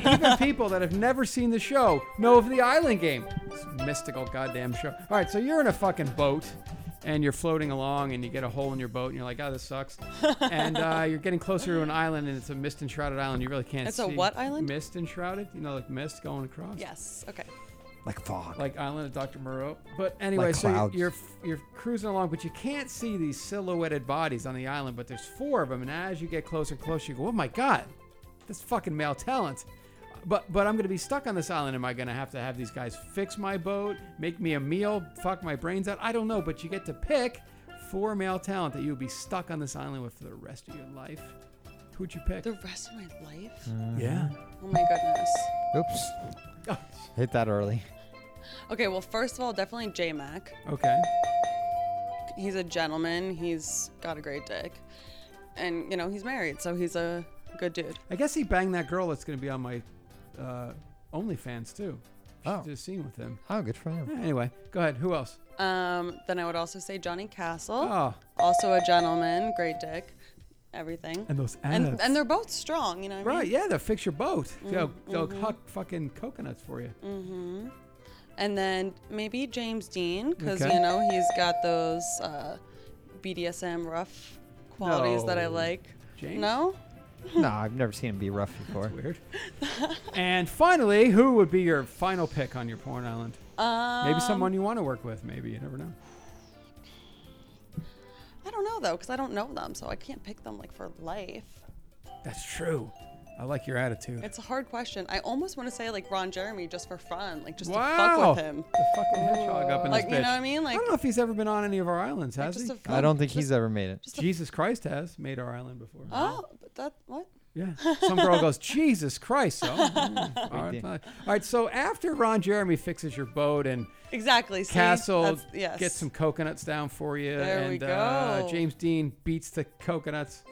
Con, even people that have never seen the show know of the island game. It's a mystical goddamn show. All right, so you're in a fucking boat and you're floating along and you get a hole in your boat and you're like, oh, this sucks. and uh, you're getting closer to an island and it's a mist enshrouded island. You really can't It's see. a what island? Mist enshrouded. You know, like mist going across. Yes. Okay. like fog. Like Island of Dr. Moreau. But anyway, Like so you're, clouds. you're you're cruising along, but you can't see these silhouetted bodies on the island. But there's four of them, and as you get closer and closer, you go, "Oh my god, this fucking male talent." But but I'm gonna be stuck on this island. Am I gonna have to have these guys fix my boat, make me a meal, fuck my brains out? I don't know. But you get to pick four male talent that you'll be stuck on this island with for the rest of your life. Who'd you pick? The rest of my life. Yeah. Oh my goodness. Oops. Hit that early. Okay. Well, first of all, definitely J Mac. Okay. He's a gentleman. He's got a great dick, and you know he's married, so he's a good dude. I guess he banged that girl that's going to be on my uh, OnlyFans too. She Oh. did a scene with him. Oh, good for him. Yeah, Anyway, go ahead. Who else? Um, then I would also say Johnny Castle. Oh. Also a gentleman, great dick, everything. And those and, abs. and they're both strong. You know what I mean? Right? Yeah, they'll fix your boat. Mm, They'll, they'll mm-hmm. huck fucking coconuts for you. hmm And then maybe James Dean, because Okay. you know he's got those uh, BDSM rough qualities that I No. like. James? No, no, I've never seen him be rough before. Weird. and finally, who would be your final pick on your porn island? um, Maybe someone you want to work with. Maybe you never know. I don't know though, because I don't know them, so I can't pick them like for life. That's true. I like your attitude. It's a hard question. I almost want to say like Ron Jeremy just for fun, like just to wow. fuck with him. The fucking hedgehog up in Like this you bitch. know what I mean? I Like don't know if he's ever been on any of our islands, has just he? a I don't think he's ever made it. Jesus Christ has made our island before. oh, but that what? Yeah. Some girl goes, Jesus Christ. So, Mm, all, right, deal. fine. all right. So after Ron Jeremy fixes your boat and Exactly. See? Castle That's- yes. gets some coconuts down for you, There and we Uh, go. James Dean beats the coconuts,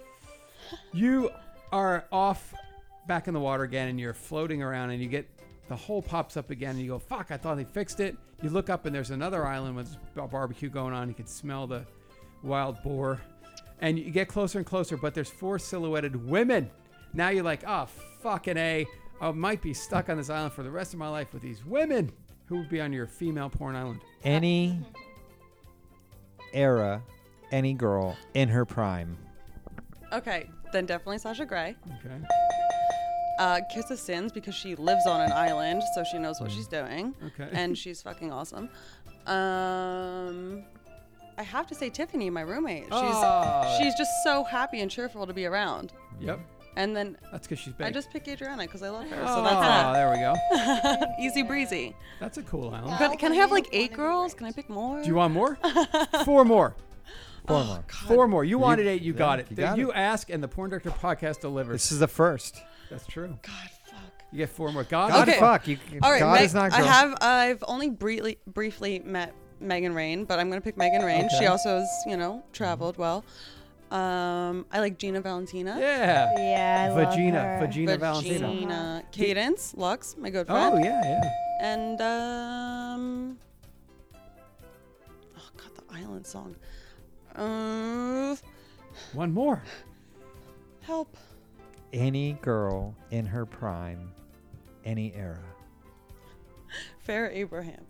you are off back in the water again and you're floating around and you get the hole pops up again and you go, fuck, I thought they fixed it. You look up and there's another island with a barbecue going on. You can smell the wild boar. And you get closer and closer, but there's four silhouetted women. Now you're like, oh, fucking A. I might be stuck on this island for the rest of my life with these women. Who would be on your female porn island? Any era, any girl in her prime. Okay, then definitely Sasha Grey. Okay. uh, Kiss of Sins because she lives on an island, so she knows what she's doing. Okay. And she's fucking awesome. Um, I have to say Tiffany, my roommate. She's Ah. she's just so happy and cheerful to be around. Yep. And then That's 'cause she's I big. just pick Adriana because I love her. Oh, so that's that. there we go. Easy breezy. That's a cool island. But can I have like eight girls? Can I pick more? Do you want more? Four more. Four Oh, more. Four more. You You- wanted eight. You yeah, got it. you Did You, got ask, and the Porn Director podcast delivers. This is the first. That's true. God, fuck. You get four more. God, God, fuck. You, All right, God Meg- is not I girl. have. I've only briefly briefly met Megan Rain, but I'm gonna pick Megan Rain. Okay. She also has, you know, traveled well. Um, I like Gina Valentina. Yeah. Yeah, I love Vagina, her. Vagina Valentina. Valentina. Cadence, Lux, my good friend. Oh, yeah, yeah. And um, oh god, the island song. Uh, One more. help. Any girl in her prime, any era. Fair Abraham.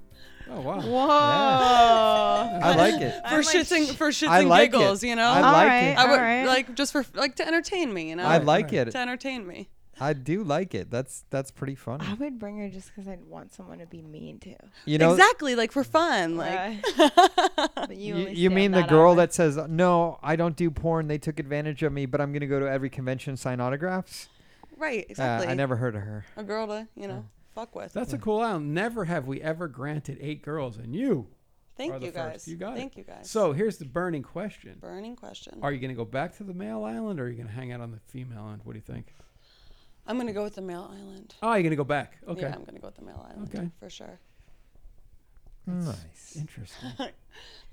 Oh wow! Whoa! Yeah. I like it. for I'm like, shits and for shits I and like it. giggles, you know. I All like right, it. I would all right. like just for like to entertain me, you know. I like it. to entertain me. I do like it. That's that's pretty funny. I would bring her just because I'd want someone to be mean to. You know- exactly like for fun, like But You, you, only you stand mean the that girl hour. that says, "No, I don't do porn. They took advantage of me, but I'm going to go to every convention and sign autographs." right, Uh, exactly. I never heard of her. a girl to you know fuck with. That's a cool island. Never have we ever granted eight girls, and you. Thank are the you first. guys. You got it. Thank you guys. So here's the burning question: burning question. Are you going to go back to the male island, or are you going to hang out on the female island? What do you think? I'm gonna go with the male island. Oh, you're going to go back. Okay. Yeah, I'm gonna go with the male island. Okay. for sure. Nice. Interesting.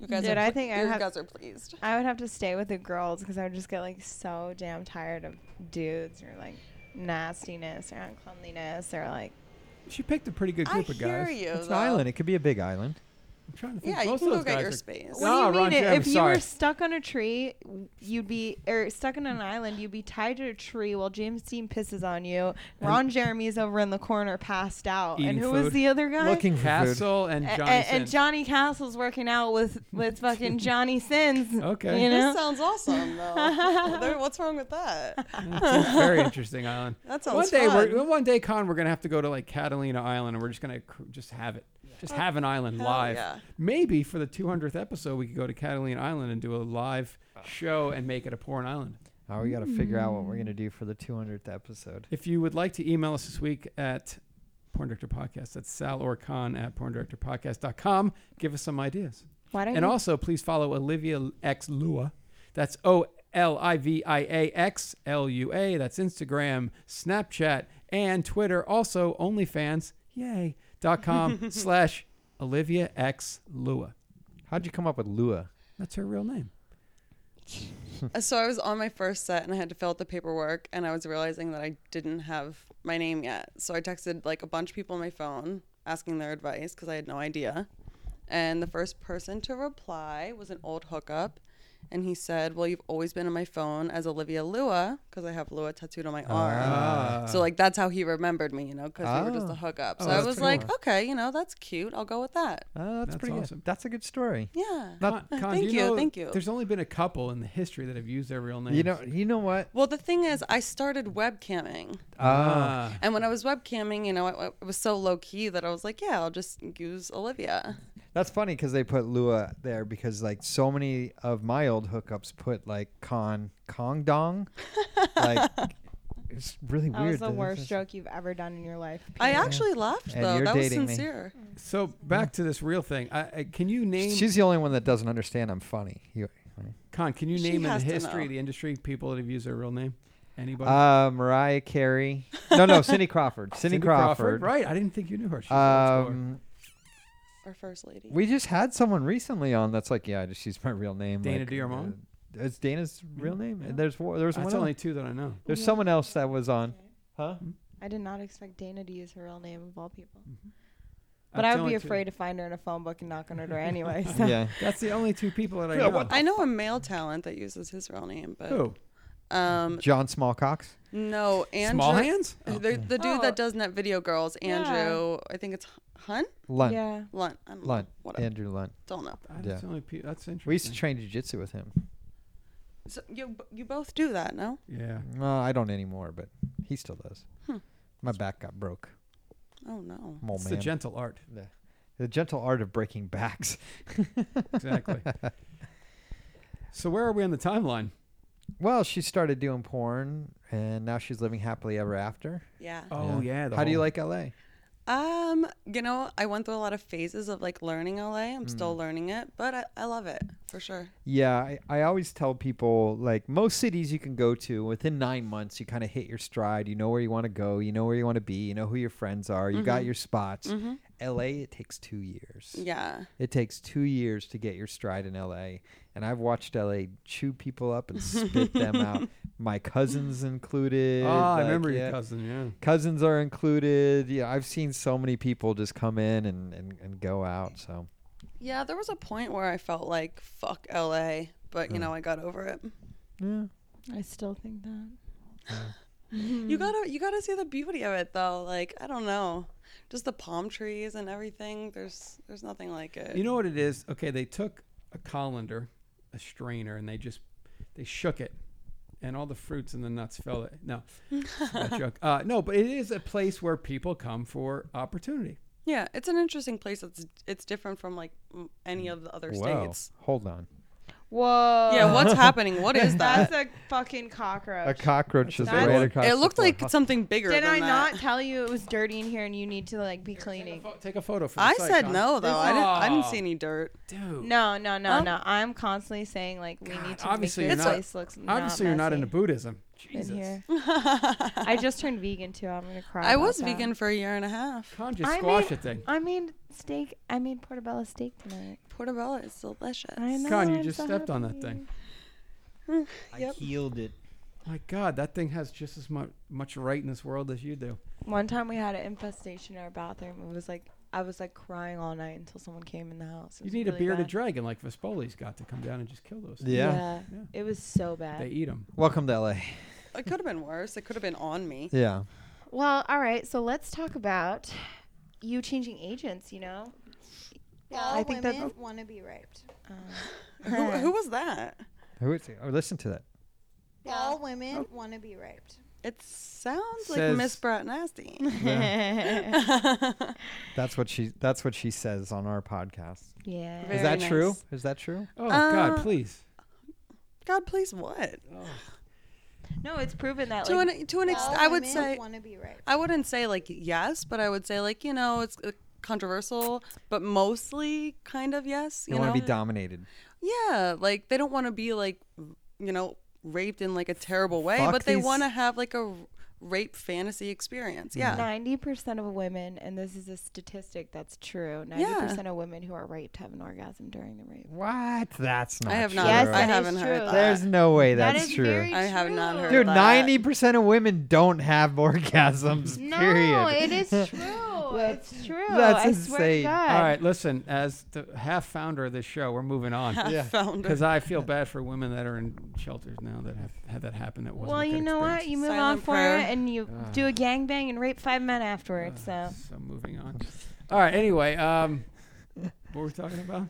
You guys Dude, are. I pl- think I you have- guys are pleased. I would have to stay with the girls because I would just get like so damn tired of dudes or like nastiness or uncleanliness or like. She picked a pretty good I group of guys. hear you, It's an island. It could be a big island. I'm trying to think. Yeah, you Most can of go those get guys your are- space. No, What do you Ah, Ron mean? it? Jeremy, If you sorry. were stuck on a tree, you'd be or stuck on an island, you'd be tied to a tree while James Dean pisses on you. Ron Jeremy's over in the corner, passed out. Eating and who was food. the other guy? Looking for Castle food. and A- a- Johnny and, Sins. Johnny Castle's working out with with fucking Johnny Sins. Okay. you This know? sounds awesome, though. There- What's wrong with that? It's a Mm, very interesting island. That sounds one day We're, fun. one day, Con, we're gonna have to go to like Catalina Island, and we're just gonna cr- just have it, just have an island Hell live. yeah. Maybe for the 200th episode, we could go to Catalina Island and do a live show and make it a porn island. Oh, we got to figure out what we're going to do for the 200th episode. If you would like to email us this week at Porn Director Podcast, that's Sal or Con at porndirectorpodcast.com. Give us some ideas. Why don't and you- also, please follow Olivia X Lua. That's O L I V I A X L U A. That's Instagram, Snapchat, and Twitter. Also, OnlyFans, yay, dot com slash Olivia X Lua. How'd you come up with Lua? That's her real name. Uh, So I was on my first set and I had to fill out the paperwork and I was realizing that I didn't have my name yet. So I texted like a bunch of people on my phone asking their advice because I had no idea. And the first person to reply was an old hookup. And he said, Well, you've always been on my phone as Olivia Lua because I have Lua tattooed on my Ah. arm. So, like, that's how he remembered me, you know, because we were just Ah. a hookup. Oh, So I that's was cool. like, Okay, you know, that's cute. I'll go with that. Oh, that's, That's pretty awesome. good. That's a good story. Yeah. Not- Con, Con- do Uh, thank you. know thank you. There's only been a couple in the history that have used their real name. you know, you know what? Well, the thing is, I started webcamming. Ah. And when I was webcamming, you know, I, I was so low key that I was like, yeah, I'll just use Olivia. That's funny because they put Lua there because like so many of my old hookups put like Con Kong Dong. like it's really That weird. was the that it's worst just- joke you've ever done in your life. I period. actually laughed, And though. you're That was dating me. sincere. So back to this real thing. I, I, can you name? She's the only one that doesn't understand I'm funny. You- Con, can you She name in the has to history know. of the industry people that have used their real name? Anybody? Uh, Mariah Carey. No, no, Cindy Crawford. Cindy, Cindy Crawford. Crawford, right. I didn't think you knew her. She's next door. Um, Our first lady. we just had someone recently on that's like, yeah, I just used my real name. Dana like, Diarmond? uh, it's Dana's real name. And there's wa- there's That's one only other- two that I know. There's someone else that was on. Huh? I did not expect Dana to use her real name of all people. Mm. I'm But I would telling be you. afraid to find her in a phone book and knock on her door anyway. So. Yeah. That's the only two people that I know. I know a male talent that uses his real name, but. Who? Um, John Smallcox. no, Andrew. Small hands? uh, The, the dude that does Net Video Girls, Andrew, I think it's Hunt? Lunt. Yeah. Lunt. I don't Lunt. know. Whatever. Andrew Lunt. Don't know. That's Yeah. the only pe- That's interesting. We used to train jujitsu with him. So you, you both do that, no? Yeah. Well, I don't anymore, but he still does. Hmm. My back got broke. Oh, no. I'm old It's the man. gentle art. Yeah. The gentle art of breaking backs. Exactly. so where are we on the timeline? Well, she started doing porn, and now she's living happily ever after. Yeah. Oh, yeah, the How do you whole- like L.A.? Um, you know, I went through a lot of phases of like learning LA. I'm still Mm. learning it, but I, I love it for sure. Yeah, I, I always tell people like most cities you can go to within nine months, you kind of hit your stride. You know where you want to go. You know where you want to be. You know who your friends are. You got Mhm. your spots. Mhm. L.A. It takes two years. Yeah. It takes two years to get your stride in LA. And I've watched LA chew people up and spit them out. My cousins included. Oh, I like, remember your cousin, yeah. Cousins are included. Yeah, I've seen so many people just come in and, and, and go out. So Yeah, there was a point where I felt like fuck LA, but you Mm. know, I got over it. Yeah. I still think that. Hmm. You gotta you gotta see the beauty of it though. Like, I don't know. Just the palm trees and everything. There's there's nothing like it. You know what it is? Okay, they took a colander, a strainer, and they just they shook it, and all the fruits and the nuts fell. It. No, that's a joke. Uh, no, but it is a place where people come for opportunity. Yeah, it's an interesting place. It's it's different from like m- any of the other Wow. states. hold on. Whoa. Yeah, what's happening? What is that? That's a fucking cockroach. A cockroach is That's right not- across. It the looked floor. like something bigger. Did than I that. not tell you it was dirty in here and you need to like be cleaning? Take a photo. For the I site, said Con. no though. I didn't. I didn't Aw. see any dirt. Dude. No, no, no, Huh? no. I'm constantly saying like we need to Obviously, make you're this not. place looks obviously, you're not messy into Buddhism. in Jesus. here. I just turned vegan too. I'm gonna cry. I about was that. vegan for a year and a half. Con just I squash made- it then. I made steak. I made portobello steak tonight. Portobello is delicious. I know. Con, you I'm just so stepped on happy. that thing. Yep. Healed it. My God, that thing has just as much much right in this world as you do. One time we had an infestation in our bathroom. It was like I was like crying all night until someone came in the house. You It was need really a bearded bad. dragon like Vespoli's got to come down and just kill those. things. Yeah. It was so bad. They eat them. Welcome to L.A. It could have been worse. It could have been on me. Yeah. Well, all right. So let's talk about you changing agents. You know, All I think that- women want to be raped. Um, who, who was that? Who is it? Oh, listen to that. All women want to be raped. It sounds like Says- Miss Brat Nasty. That's what she. That's what she says on our podcast. Yeah. is Very that true? nice. Is that true? Oh Uh, God, please. God, please, what? no, it's proven that To like, an to an extent, I would say I wouldn't say like yes, but I would say like you know it's uh, controversial, but mostly kind of yes. You, You, want know, to be dominated. yeah, like they don't want to be like you know raped in like a terrible way, Fuck but they these- want to have like a r- rape fantasy experience. Yeah, Ninety percent of women, and this is a statistic that's true. Ninety percent of women who are raped have an orgasm during the rape. What? That's not. I have true. not. Yes, I that is haven't heard true. that. There's no way That that's is true. very I have not heard Dude, that. ninety percent of women don't have orgasms. No, period. it is true. it's true. that's I swear to insane. God. All right, listen. As the half founder of this show, we're moving on. Half Yeah. founder. Because I feel bad for women that are in shelters now that have had that happen. That wasn't. Well, a good you know what? experience. You move on Silent for prayer. it, and you Ah. do a gangbang and rape five men afterwards. so So moving on. All right. Anyway, um, what were we talking about?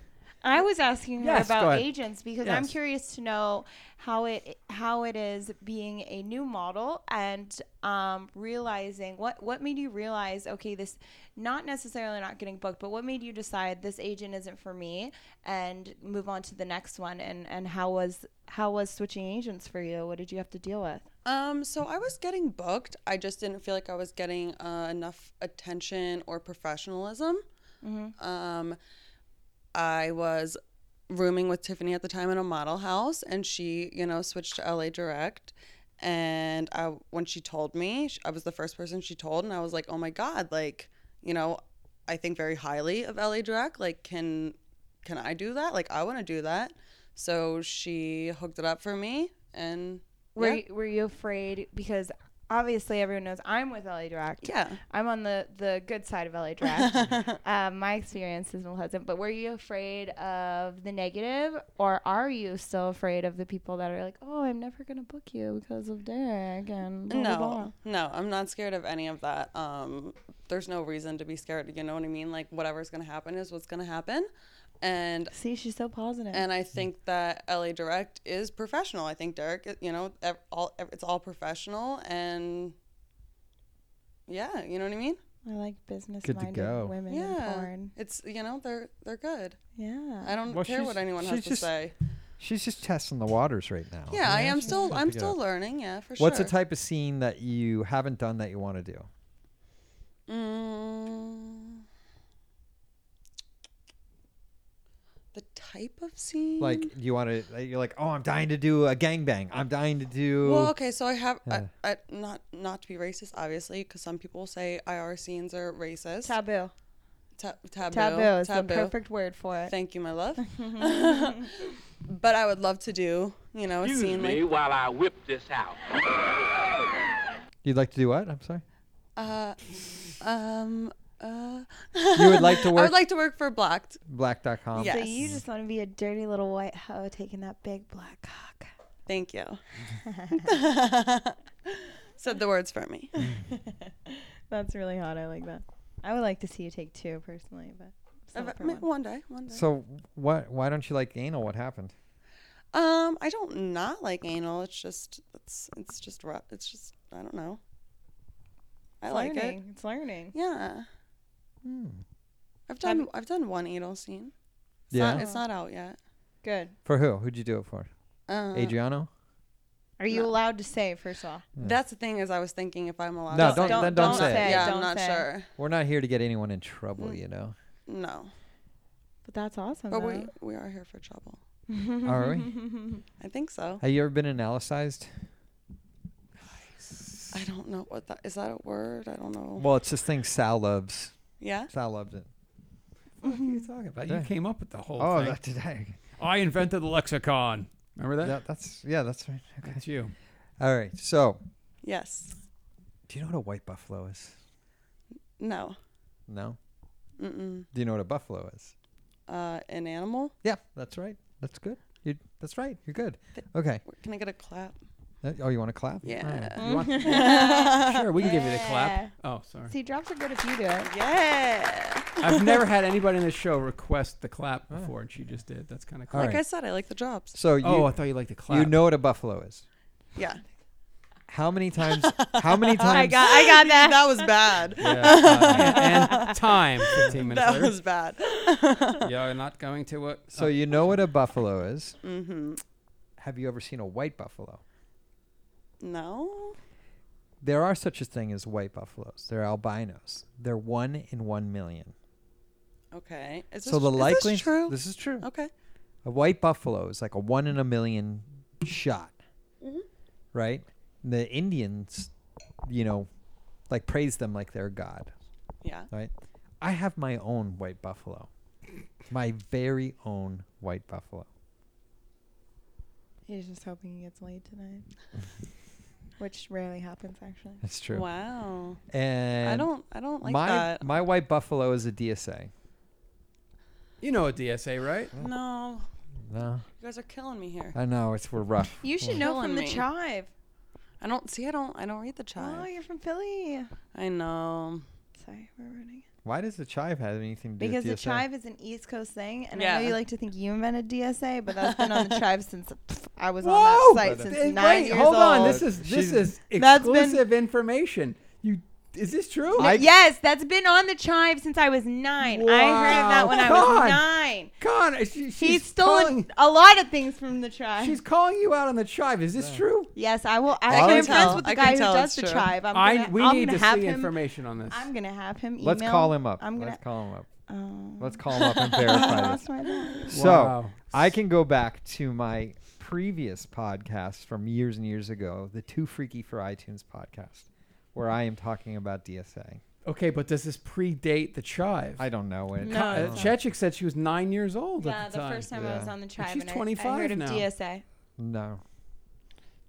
I was asking her Yes, go about ahead. agents because I'm Yes. curious to know how it how it is being a new model and um, realizing what what made you realize okay this not necessarily not getting booked but what made you decide this agent isn't for me and move on to the next one and and how was how was switching agents for you what did you have to deal with Um, so I was getting booked. I just didn't feel like I was getting uh, enough attention or professionalism. Um, I was rooming with Tiffany at the time in a model house, and she, you know, switched to LA Direct. And I, when she told me, sh- I was the first person she told, and I was like, oh my god, like, you know, I think very highly of LA Direct. Like, can can I do that? Like, I want to do that. So she hooked it up for me, and were yeah. you, were you afraid because obviously everyone knows I'm with LA Direct. Yeah. I'm on the the good side of LA Direct. um, my experience isn't pleasant, but were you afraid of the negative, or are you still afraid of the people that are like, oh, I'm never gonna book you because of Derek and blah, blah, blah." no no i'm not scared of any of that um there's no reason to be scared you know what i mean like whatever's gonna happen is what's gonna happen and See, she's so positive. and i think that la direct is professional i think derek you know ev- all ev- it's all professional and yeah you know what i mean I like business Good to go. minded women in yeah porn. it's you know they're they're good Yeah. i don't Well, care she's- what anyone has she's to just- say She's just testing the waters right now. Yeah, I am she's still- about I'm to go. still learning, yeah, for What's sure. a type of scene that you haven't done that you want to do? Mm. The type of scene? Like you want to? You're like, oh, I'm dying to do a gangbang. I'm dying to do. Well, okay, so I have Yeah. I, I, not not to be racist, obviously, because some people say IR scenes are racist. Taboo. Ta- taboo. Taboo is the taboo. perfect word for it. Thank you, my love. but I would love to do, you know, a Excuse scene me like while I whip this out. You'd like to do what? I'm sorry. uh, um, uh. You would like to I work- would like to work for Blacked. Black.com. Yes. So you just want to be a dirty little white hoe taking that big black cock. Thank you. Said the words for me. That's really hot. I like that. I would like to see you take two personally, but I'm Ev- still for ma- one. One day, one day. So what? Why don't you like anal? What happened? um, I don't not like anal. It's just it's it's just rough. It's just I don't know. I It's like learning. It's learning. it. Yeah, Hmm. I've done I've done one anal scene. It's Yeah? not, it's not out yet. Good. For who? Who'd you do it for? Uh, Adriano. Are you allowed to say first of all? That's the thing is I was thinking if I'm allowed. Hmm. No, to don't- say. then don't Don't say it. say, Yeah, don't I'm not say. sure. We're not here to get anyone in trouble, you know. No, But that's awesome. but we though. we are here for trouble. Are we? I think so. Have you ever been analyzed? I don't know what that is. That a word? I don't know. Well, it's this thing Sal loves. Yeah? Sal loves it. What are you talking about? You Yeah. came up with the whole Oh, thing. that did I- I invented the lexicon. Remember that? Yeah, that's yeah, that's right. Okay. That's you. All right. So, Yes. do you know what a white buffalo is? No. No. Mm-mm. Do you know what a buffalo is? Uh, an animal. Yeah, that's right. That's good. You that's right. You're good. Okay. Can I get a clap? Uh, Oh, you want to clap? Yeah. Oh, you want- sure, we can give you the Yeah. clap. Oh, sorry. See, drops are good if you do it. Yeah. I've never had anybody in the show request the clap before, and she just did. That's kind of cool. Like I said, I like the drops. So you, Oh, I thought you liked to You clap. know what a buffalo is? Yeah. How many times? How many times? I got, I got that. That was bad. Yeah, uh, and time. Fifteen minutes That later. was bad. You're not going to uh, it. So you know what a buffalo is? Mm-hmm. Have you ever seen a white buffalo? No. There are such a thing as white buffaloes. They're albinos. They're one in one million. Okay. Is so the is likely true? Oh. This is true. Okay. A white buffalo is like a one in a million shot, Mhm. right? The Indians, you know, like praise them like their god, Yeah. right? I have my own white buffalo, my very own white buffalo. He's just hoping he gets laid tonight, which rarely happens actually. That's true. Wow. And I don't. I don't like my that. my white buffalo is a DSA. You know a DSA, right? No. No, You guys are killing me here. I know it's we're rough. You should Well- know Killing from the me. chive. I don't see. I don't. I don't read the Oh, child. you're from Philly. I know. Sorry, we're running. Why does the chive have anything to do Because the with DSA? chive is an East Coast thing, and I Yeah. know you like to think you invented DSA, but that's been on the chive since pff, I was Whoa! on that site since Wait, nine years hold old. on. This is this She's- is That's been- exclusive information. You is this true? No, yes, that's been on the chive since I was nine. I heard of that Wow. when I God. was nine. God, she, she's He's stolen calling, a lot of things from the tribe. She's calling you out on the chive. Is this true? yes, I will. I, can am friends tell. with the I can guy who tell does it's the true. tribe. I'm I gonna, we am need gonna to have see him. information on this. I'm gonna have him. Email. Let's call him up. I'm gonna. Let's call him up. um, Let's call him up and verify this. lost my thought. So Wow. I can go back to my previous podcast from years and years ago, the Too Freaky for iTunes podcast, where I am talking about DSA. okay, but does this predate the chive? I don't know it. No. Ka- uh, Oh. Chechik said she was nine years old Yeah, at the, the time. first time I was Yeah. on the tribe, she's and I- 25 I, heard of now. DSA. No.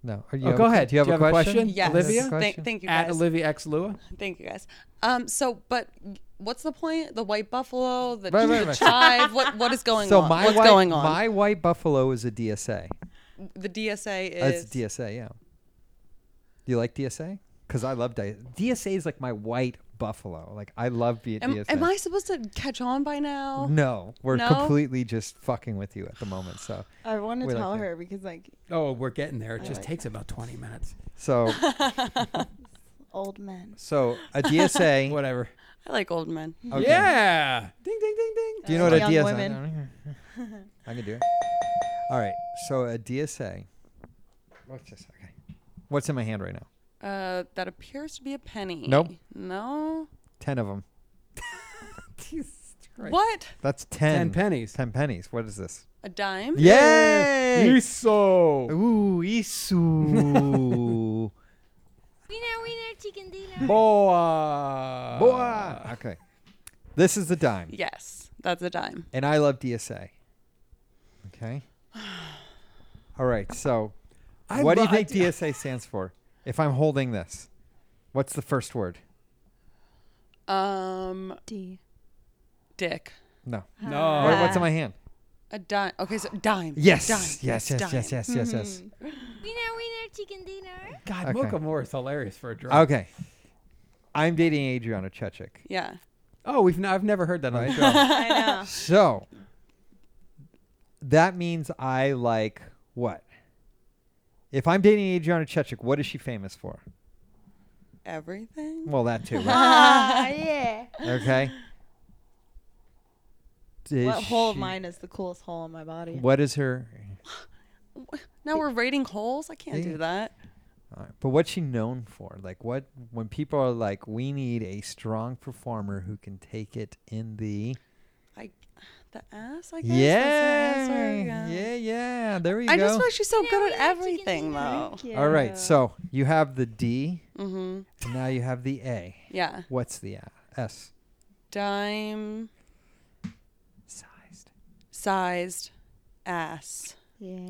No. Are you Oh, have go a- ahead. Do you have, a, question? Yes. Olivia? Yes. Thank, Question. thank you At guys. Olivia X Lua. Thank you guys. Um. So, but what's the point? The white buffalo, the, Right, right, the right. chive. What What is going So on? my What's white, going on? my white buffalo is a DSA. the DSA Uh, it's is. DSA. Yeah. Do you like DSA? Because I love DSA. DSA is like my white buffalo. Like I love being am, DSA. am I supposed to catch on by now? No, we're No? completely just fucking with you at the moment. So, I want We to like tell that. her because like Oh, we're getting there. It I just like takes about 20 minutes. so, old men. so a DSA. Whatever. I like old men. Okay. Yeah. Ding, ding, ding, ding. Do you know what a Young DSA? women. I can do it. All right. So a DSA. What's this? Okay. What's in my hand right now? Uh, that appears to be a penny. Nope. No. Ten of them. What? That's ten. Ten pennies. Ten pennies. What is this? A dime? Yay! Iso. Ooh, Isu. Wiener, wiener, chicken dinner. Boa. Boa. Uh, Okay. This is the dime. Yes, that's a dime. And I love DSA. Okay. All right. So, I what do lo- you I think do- DSA stands for? If I'm holding this, what's the first word? Um. D. Dick. No. Uh, No. What- what's in my hand? A dime. Okay, so dime. Yes. Dime. Yes, yes, dime. yes, yes, yes, yes. Wiener, wiener, chicken dinner. Oh, God, Okay. Mocha Moore is hilarious for a drug. Okay. I'm dating Adriana Chechik. Yeah. Oh, we've n- I've never heard that on the Right. show. I know. So that means I like what? If I'm dating Adriana Chechik, what is she famous for? Everything. Well, that too. Right? Ah, yeah. okay. Did what hole of she- mine is the coolest hole in my body? What is her? Now we're rating holes. I can't do that. all right, But what's she known for? Like what? When people are like, we need a strong performer who can take it in the. I, the ass. I guess. That's the answer, Yeah, yeah, yeah. There we I go. just feel like she's so good at everything, though. All right, so you have the D, Mhm. and now you have the A. Yeah. What's the A- S? Dime. Sized. Sized. Ass.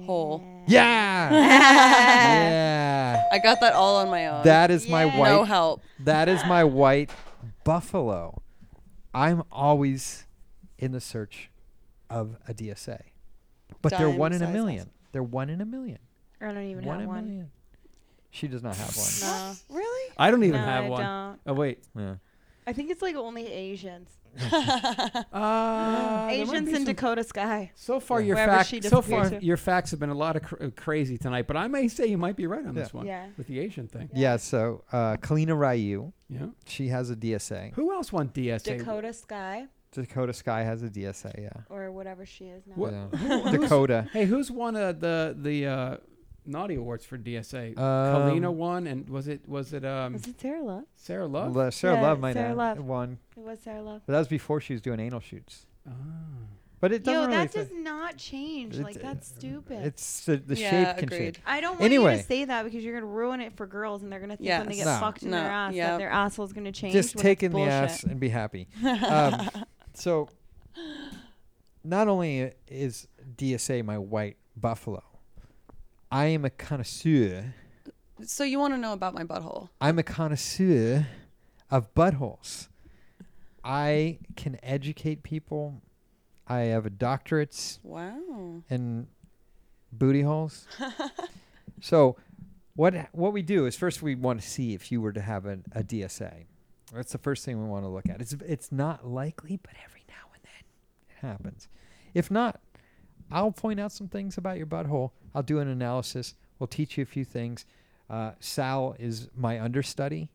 Hole. Yeah. yeah. I got that all on my own. That is my white. No help. That is my white buffalo. I'm always in the search of a DSA, but they're Dime one in a sized million. They're one in a million. I don't even One have in one. million. She does not have one. No. Really? I don't even No, have I one. don't. Oh wait. Yeah. I think it's like only Asians. Uh, there might Asians be in some- Dakota Sky. So far, your Wherever fact, she so far disappears to. your facts have been a lot of cr- uh, crazy tonight, but I may say you might be right on Yeah. this one. Yeah. With the Asian thing. Yeah. so uh, Kalina Ryu. Yeah. She has a DSA. Who else won DSA? Dakota Sky Dakota Sky has a DSA. Yeah. or whatever she is now. Wha- Yeah. who- who's- Dakota. Hey, who's won uh, the the uh, naughty awards for DSA? Um, Kalina won, and was it was it um Was it Sarah Love? Sarah Love? Le- Sarah Yeah, Love might Sarah have Love. one, It was Sarah Love. but that was before she was doing anal shoots. Ah. But it doesn't Yo, really. that fit. does not change. It- like that's stupid. It's the, the Yeah, shape can agreed. change. I don't want you anyway, to say that because you're gonna ruin it for girls, and they're gonna think when they Yes. get No. fucked in No, their ass yeah. that their asshole's gonna change. just when take it's in the ass bullshit. and be happy. Um, so, not only is DSA my white buffalo, I am a connoisseur. So you want to know about my butthole? I'm a connoisseur of buttholes. I can educate people. I have a doctorate Wow. in booty holes. so, what what we do is first we want to see if you were to have an, a DSA. That's the first thing we want to look at. It's it's not likely, but every now and then it happens. If not, I'll point out some things about your butthole. I'll do an analysis. We'll teach you a few things. Uh, Sal is my understudy,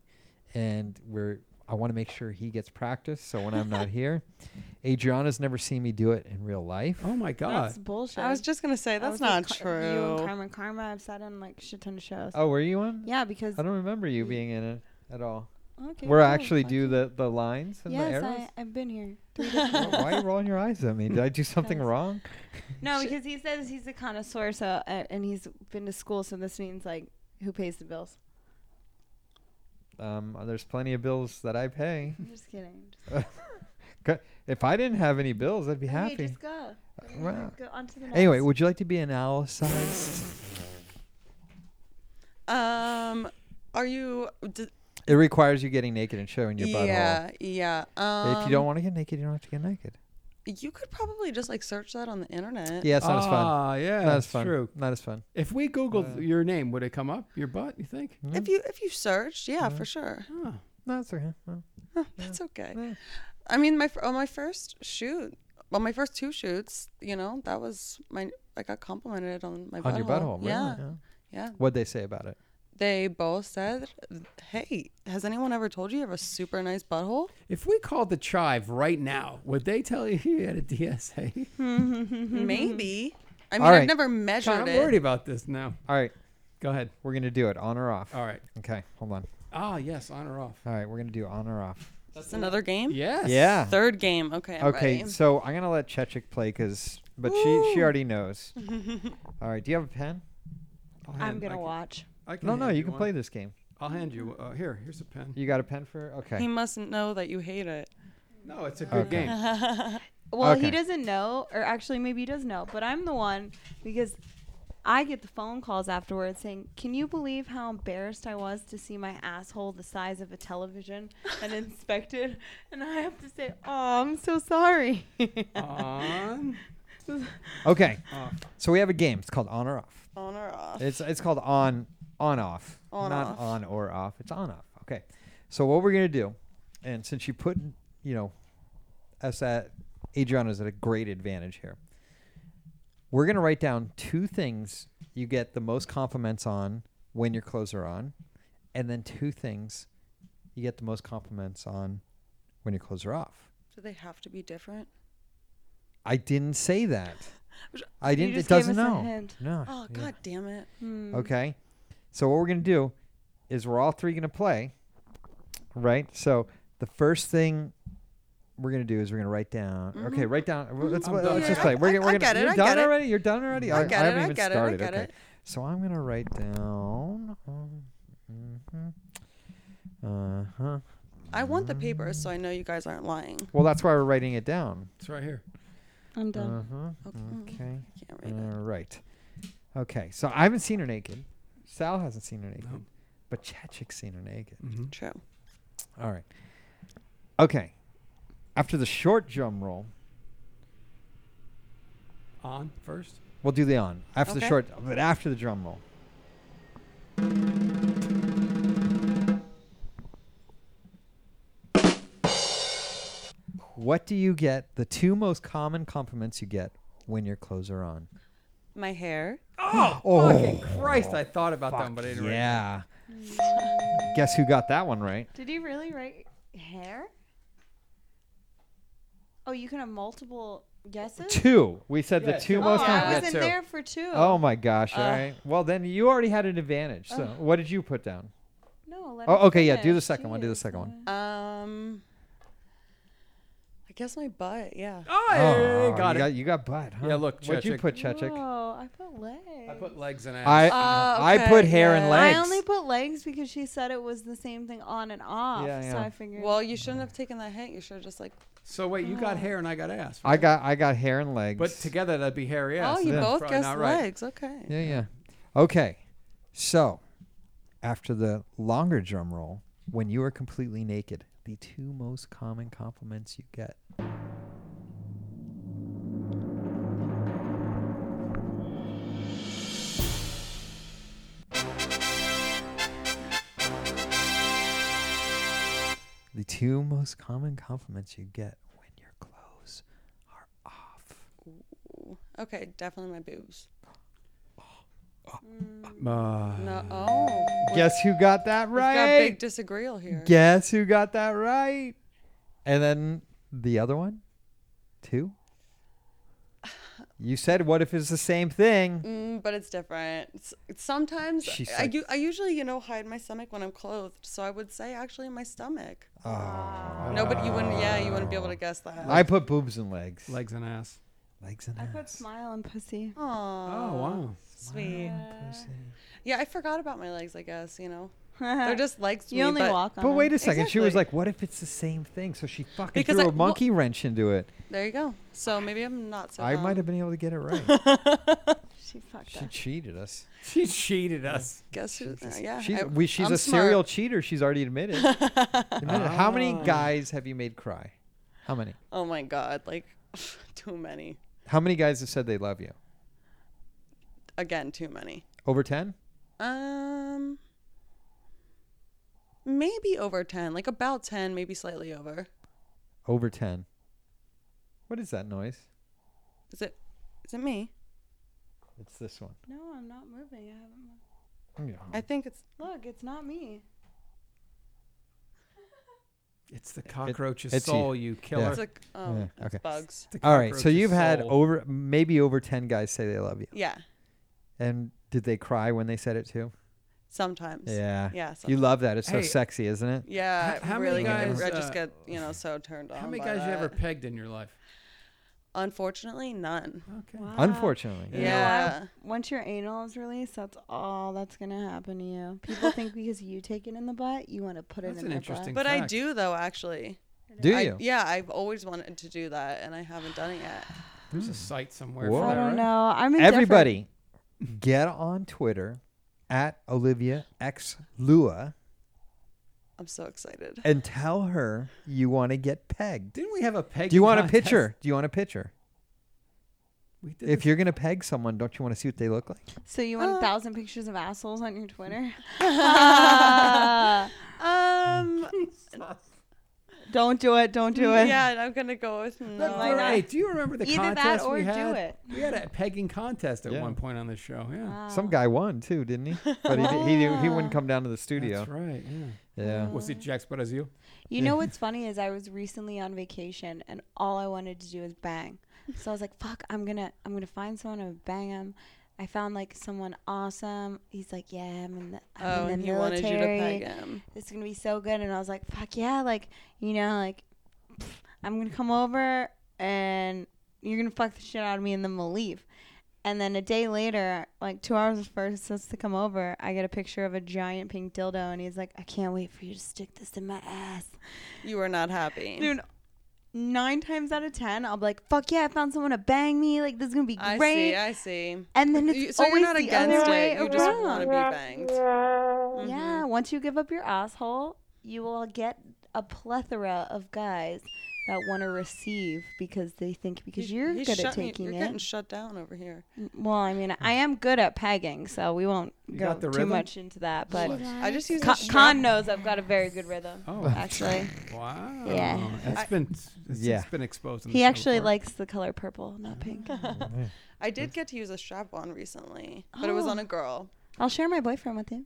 and we're I want to make sure he gets practice. So when I'm not here, Adriana's never seen me do it in real life. Oh my God. That's bullshit. I was just gonna say I that's was not with Car- You and true. Carmen Karma. I've sat in like shit ton of shows. Oh, were you on? Yeah, because I don't remember you being in it at all. okay, Where I cool. actually Fuck do you. the, the lines and the Yes, arrows? I, I've been here. Three Why- different Why are you rolling your eyes at me? Did I do something Because- wrong? No, because he says he's a connoisseur, so uh, and he's been to school, so this means like who pays the bills. Um, there's plenty of bills that I pay. I'm just kidding. Just Ca- if I didn't have any bills, I'd be Okay, happy. just go. wow. Go on to the next. Anyway, would you like to be analyzed? Um, are you? D- it requires you getting naked and showing your butthole. yeah, yeah. Um, if you don't want to get naked, you don't have to get naked. you could probably just like search that on the internet. Yeah, it's not as fun. Ah, yeah, Not as it's fun. true. Not as fun. If we Googled Uh, your name, would it come up? Your butt? You think? If you if you searched, yeah, for sure. Oh, Huh. No, it's okay. No. Huh, That's okay. I mean, my fir- on my first shoot, well, my first two shoots, you know, that was my I got complimented on my On your butthole, really? Yeah. Yeah. yeah. What'd they say about it? They both said, "Hey, has anyone ever told you you have a super nice butthole?" If we called the Chive right now, would they tell you you had a DSA? Maybe. I mean, Mm-hmm. All I've right. never measured I'm it. worried about this now. All right. Go ahead. We're going to do it on or off. All right. Okay. Hold on. Ah, yes, on or off. All right. We're going to do on or off. That's another game. Yes. Yeah. Third game. Okay. I'm okay. ready. So I'm going to let Chechik play because, but she, she Ooh. already knows. All right. Do you have a pen? I'm gonna watch. I can No, no. hand You can one. play this game. I'll hand you. Uh, here, here's a pen. You got a pen for? Okay. He mustn't know that you hate it. No, it's a good Okay. game. Well, Okay. he doesn't know, or actually, maybe he does know, but I'm the one because I get the phone calls afterwards saying, Can you believe how embarrassed I was to see my asshole the size of a television and inspected? And I have to say, Oh, I'm so sorry. On. Okay. Off. So we have a game. It's called on or off. On or off. It's it's called on on off. On, Not off. on or off. It's on off. Okay. So what we're gonna do, and since you put you know us at Adriana's at a great advantage here, we're gonna write down two things you get the most compliments on when your clothes are on, and then two things you get the most compliments on when your clothes are off. Do they have to be different? I didn't say that. I You didn't. just It gave doesn't us a know. hint. No. Oh Ah, yeah. god damn it. Okay. So what we're gonna do is we're all three gonna play. Right? So the first thing we're gonna do is we're gonna write down. Okay, Mhm. write down. well, Let's, I'm let's done. just Yeah, play. I- We're, gonna- I- we're I gonna, get it, You're I done get it. already. You're done already. I get it, haven't I even get it, I started. get okay. it. So I'm gonna write down. um, mhm, Uh-huh. I want the paper so I know you guys aren't lying. Well, that's why we're writing it down. It's right here. I'm Uh-huh. Okay. Okay. Can't read All right. Okay. So I haven't seen her naked. Sal hasn't seen her naked. No. But Chachik's seen her naked. it. True. All right. Okay. After the short drum roll, On first. we'll do the on. After the Okay. short, but after the drum roll. What do you get? The two most common compliments you get when your clothes are on. My hair. Oh, Oh. fucking Christ! I thought about that, Fuck but I didn't. write it. yeah. Guess who got that one right? Did he really write hair? Oh, you can have multiple guesses? Two. We said Yeah, the two two. most Oh, common. I wasn't there for two. Oh my gosh! All Ugh. right. Well, then you already had an advantage. So, Ugh. what did you put down? No. Let Oh, him okay. Yeah, do the finish. second one. Do the Jeez. second one. Um I guess my butt, yeah. Oh, Oh, I got you it. Got, you got butt. Huh? Yeah, look, What'd you Chechik. put, Chechik? Oh, I put legs. I put legs and ass. I I put hair and legs. I only put legs because she said it was the same thing on and off. Yeah, So yeah. I figured. Well, you shouldn't have taken that hint. You should have just like so wait, you Oh. got hair and I got ass. I got I got hair and legs. But together that'd be hairy ass. Oh, you That's both probably guessed not right. legs. Okay. yeah, yeah. Okay. So, after the longer drum roll, when you are completely naked, the two most common compliments you get. The two most common compliments you get when your clothes are off. Okay, definitely my boobs. Uh, No. Oh. we- Guess who got that we've right? Got big disagreeal here. Guess who got that right? And then the other one? Two? You said what if it's the same thing? Mm, but it's different. S- Sometimes She I, said- u- I usually, you know, hide my stomach when I'm clothed. So I would say actually my stomach. No, but you wouldn't. Yeah, you wouldn't be able to guess that. I put boobs and legs. Legs and ass. Legs and I ass. put smile and pussy. Aww, oh wow. Sweet. Yeah, I forgot about my legs. I guess you know. They're They're just legs to Uh, You me, only but- walk on. But wait a second. She was Exactly. like, what if it's the same thing? So she fucking Because threw I- a monkey wrench into it. There you go. So maybe I'm not so. I dumb. might have been able to get it right. She fucked she up. cheated us. She cheated us. Guess who? uh, yeah. She's, I- we, she's I'm a smart. serial cheater. She's already admitted. Admitted. How many Ah. guys have you made cry? How many? Oh my god! Like, too many. How many guys have said they love you? Again, too many. Over 10? Um, maybe over ten. Like about ten, maybe slightly over. Over 10. What is that noise? Is it? Is it me? It's this one. Oh, No, I'm not moving. I haven't. moved. Yeah. I think it's. Look, it's not me. It's the cockroach's soul, you killer. yeah. It's like, um, Yeah, it's bugs. It's the All right, so cockroach's you've had soul. over maybe over ten guys say they love you. Yeah. And did they cry when they said it too? Sometimes. Yeah. Yeah. You sometimes. love that. It's Hey, so sexy, isn't it? Yeah. How- how many really guys, Good. I just uh, get you know so turned on. How many by guys you ever that. pegged in your life? Unfortunately, none. Okay. Unfortunately. You know, Yeah. I- once your anal is released, that's all that's gonna happen to you. People think because you take it in the butt, you want to put it in the butt. But I do though, actually. Do I- you? yeah, I've always wanted to do that, and I haven't done it yet. There's a site somewhere. Whoa. For that, right? know. I'm indifferent. Everybody, get on Twitter at Olivia X Lua I'm so excited. and tell her you want to get pegged. Didn't we have a peg? Do you want a picture? Do you want a picture? We did If you're gonna peg someone, don't you want to see what they look like? So you Uh. want a thousand pictures of assholes on your Twitter? Um, don't do it. Don't do it. Yeah, I'm gonna go with no. Why not? Right. Do you remember the Either that contest or we do had? it. We had a pegging contest at Yeah. one point on the show. Yeah. Some guy won too, didn't he? But he di- he, didn't- he wouldn't come down to the studio. That's right. Yeah. Yeah. Was it Jack Sporazio? You know what's funny is I was recently on vacation and all I wanted to do was bang. So I was like, "Fuck, I'm gonna, I'm gonna find someone and bang him." I found like someone awesome. He's like, "Yeah, I'm in the, I'm Oh, in and the he wanted military. you to peg him. It's gonna be so good." And I was like, "Fuck yeah!" Like, you know, like I'm gonna come over and you're gonna fuck the shit out of me and then we'll leave. And then a day later, like two hours before it's supposed to come over, I get a picture of a giant pink dildo and he's like, I can't wait for you to stick this in my ass. You were not happy. Dude, nine times out of ten, I'll be like, fuck yeah, I found someone to bang me. Like, this is gonna be I great. see. I see. And then it's You- so always you're not the against other it. way you just around. want to be banged. Mm-hmm. Yeah, once you give up your asshole, you will get a plethora of guys that want to receive because they think because He- you're he's good at shutting you- taking you're it. getting shut down over here. Well, I mean, I am good at pegging, so we won't You go got the too rhythm? much into that. But I just use a Con, strap. Con knows I've got a very good rhythm. Oh. actually, Wow. Yeah. That's I- been it's, Yeah. it's been exposed. on the he show actually before. likes the color purple, Ah. not pink. I did get to use a strap on recently, but it was Oh. on a girl. I'll share my boyfriend with you.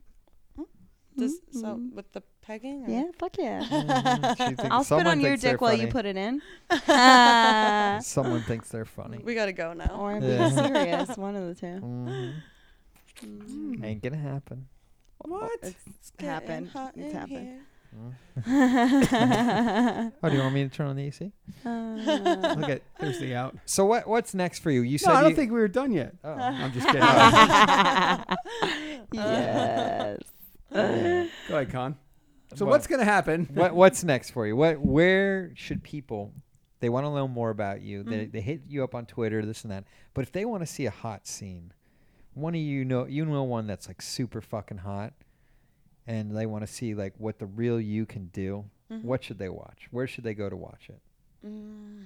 Does, So with the pegging? Or? Mm-hmm. Yeah, fuck Mm, she yeah. thinks- I'll spit someone on your thinks they're dick while you funny. put it in. Ah. Someone thinks they're funny. We gotta go now. or be Yeah. serious, one of the two. Mhm. Ain't gonna happen. What? It's, getting happened. hot It's in happened. here. Oh, do you want me to turn on the AC? Uh, Look at Thursday out. So what what's next for you? You said No, I don't you, think we were done yet. Oh. I'm just kidding. Go yes. ahead, Con. So Well- what's gonna happen? what what's next for you? What where should people they want to know more about you? Mm-hmm. They they hit you up on Twitter, this and that. But if they want to see a hot scene, one of you know you know one that's like super fucking hot, and they want to see like what the real you can do. Mm-hmm. What should they watch? Where should they go to watch it? Mm.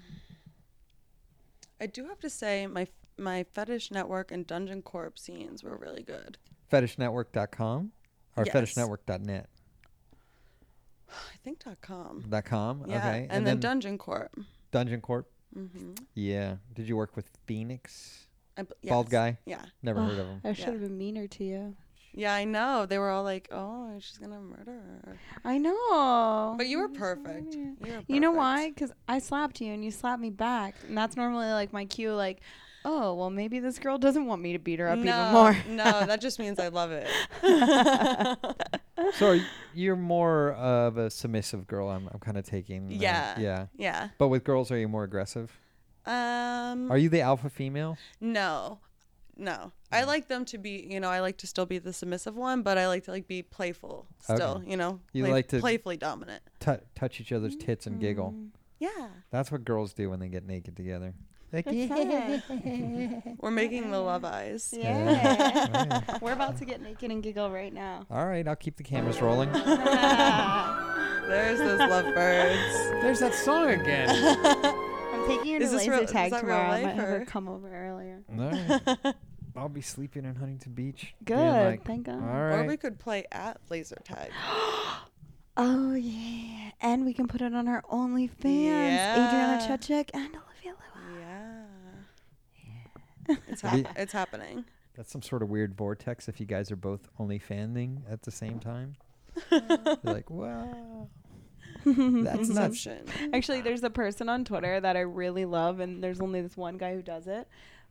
I do have to say my my fetish network and dungeon corp scenes were really good. Fetishnetwork.com or Yes. fetishnetwork.net I think dot .com. dot com. Yeah, Okay, and, then, dungeon corp. Dungeon Corp. Mm-hmm. Yeah. Did you work with Phoenix? I b- Bald yes, guy. yeah. Never heard of him. I should have been meaner to you. Yeah, I know. They were all like, "Oh, she's gonna murder her," I know. but you were perfect. You, were You know perfect. why? Because I slapped you and you slapped me back. And that's normally like my cue, like, oh, well, maybe this girl doesn't want me to beat her up even No, more. no, that just means I love it. So are y- you're more of a submissive girl. I'm, I'm kind of taking. that. Yeah, Yeah. yeah. But with girls, are you more aggressive? Um, Are you the alpha female? No, no. Mm. I like them to be, you know, I like to still be the submissive one, but I like to like be playful Okay. still, you know, You like to- playfully dominant. T- touch each other's tits and giggle. Mm. Yeah, That's what girls do when they get naked together. Like, we're making the love eyes. Yeah. We're about to get naked and giggle right now. All right, I'll keep the cameras rolling. There's those lovebirds. There's that song again. I'm taking you to Is this laser real- is tag that real tomorrow. I life might have her or- come over earlier. All right. I'll be sleeping in Huntington Beach. being Good, like, thank God. All Or we right. could play at laser tag. Oh yeah, and we can put it on our OnlyFans. Adriana Yeah. Chechik and Olivia Lua. yeah. It's, hap- Be- it's happening. That's some sort of weird vortex if you guys are both only fanning at the same time. You're like, wow. That's not- Inception. Actually, there's a person on Twitter that I really love, and there's only this one guy who does it.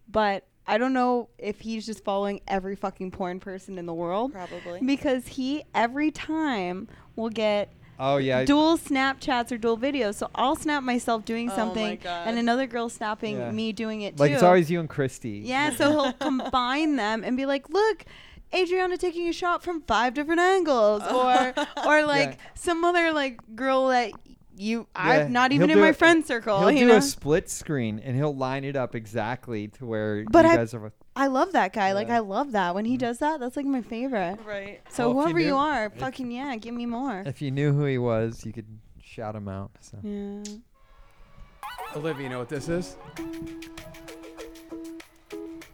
But I don't know if he's just following every fucking porn person in the world. Probably. Because he, every time, will get Oh yeah. I- dual Snapchats or dual videos. So I'll snap myself doing Oh my something, God. and another girl snapping Yeah. me doing it like too. it's always you and Christy. Yeah, so he'll combine them and be like, look, Adriana taking a shot from five different angles, or or like some other like girl that you Yeah, I'm not even he'll in do my a- friend circle. He'll you do know? a split screen and he'll line it up exactly to where But you I- guys are. I love that guy. Like Yeah. Mm. I love that when he does that. That's like my favorite. Right. Well, So if you whoever you, do- are, if- fucking yeah, give me more. If you knew who he was, you could shout him out. So. Yeah. Olivia, you know what this is?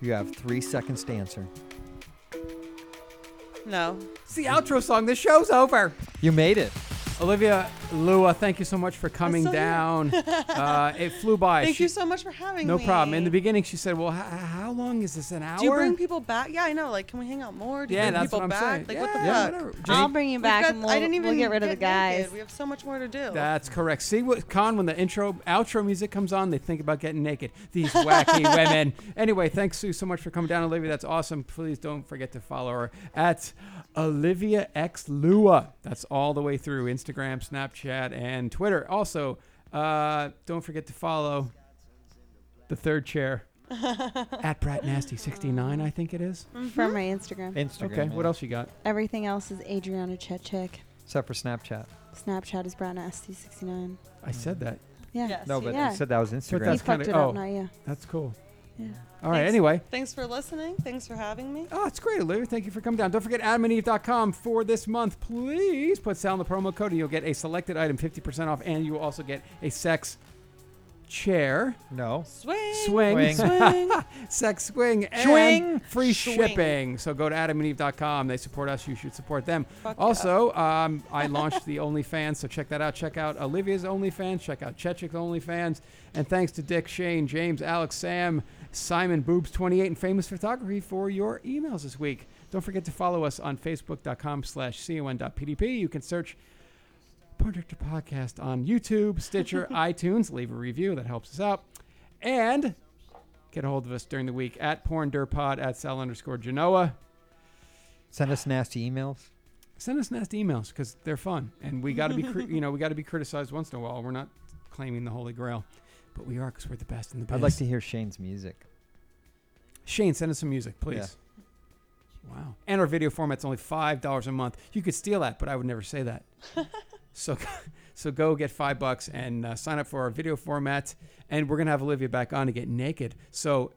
You have three seconds to answer. No. It's the outro song. The show's over. You made it. Olivia Lua, thank you so much for coming so- down. uh, it flew by. Thank She- you so much for having No me. problem. In the beginning, she said, "Well, h- h- how long is this? An hour?" Do you bring people back? Yeah, I know. Like, can we hang out more? Do you Yeah, bring that's people what I'm back? saying. Like, what the Yeah, fuck? whatever. I'll Jake- bring you We've back, got- and we'll, I didn't even we'll get rid of the naked. guys. We have so much more to do. That's correct. See what Con when the intro outro music comes on, they think about getting naked. These wacky women. Anyway, thanks Sue so much for coming down, Olivia. That's awesome. Please don't forget to follow her at Olivia X Lua. That's all the way through Instagram, Snapchat, and Twitter. Also, uh, don't forget to follow the third chair at Brat Nasty sixty nine. I think it is. Mm-hmm. From my Instagram. Okay. What else you got? Everything else is Adriana Chechik. Except for Snapchat. Snapchat is Brown ST69. I said that. Yeah. Yes, no, but yeah. I said that was But Instagram. that's He kind of fucked it oh, up now, yeah. that's cool. Yeah. All right. Anyway. Thanks for listening. Thanks for having me. Oh, it's great, Olivia. Thank you for coming down. Don't forget adamandeve.com for this month. Please put Sal in the promo code and you'll get a selected item 50% off and you will also get a sex chair. No. Swing. Swing. Swing. sex swing. and Swing. Free Swing. shipping. So go to adamandeve.com. They support us. You should support them. Fuck also, um, I launched the OnlyFans, so check that out. Check out Olivia's OnlyFans. Check out Chechik's OnlyFans. And thanks to Dick, Shane, James, Alex, Sam, Simon, Boobs28, and Famous Photography for your emails this week. Don't forget to follow us on facebook.com slash con.pdp. You can search Porn Director Podcast on YouTube, Stitcher, iTunes. Leave a review. That helps us out. And get a hold of us during the week at porndirpod at sal underscore Genoa. Send us nasty emails. Send us nasty emails because they're fun. And we got to be, cri- you know, we got to be criticized once in a while. We're not claiming the Holy Grail, but we are because we're the best in the best. I'd like to hear Shane's music. Shane, send us some music, please. Wow. And our video format's only five dollars a month. You could steal that, but I would never say that. so, so go get five bucks and uh, sign up for our video format. And we're gonna have Olivia back on to get naked. So,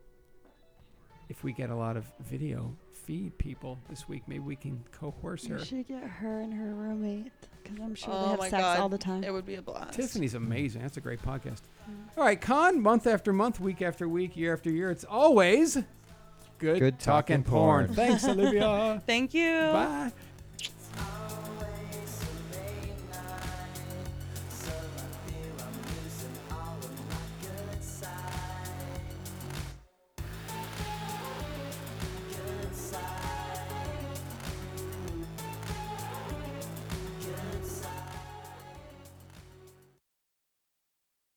if we get a lot of video feed people this week, maybe we can coerce her. You should get her and her roommate because I'm sure Oh they have my sex God. all the time. It would be a blast. Tiffany's amazing. That's a great podcast. All right, Con, month after month, week after week, year after year, it's always good, Good talking talking porn. porn. Thanks, Olivia. Thank you. Bye.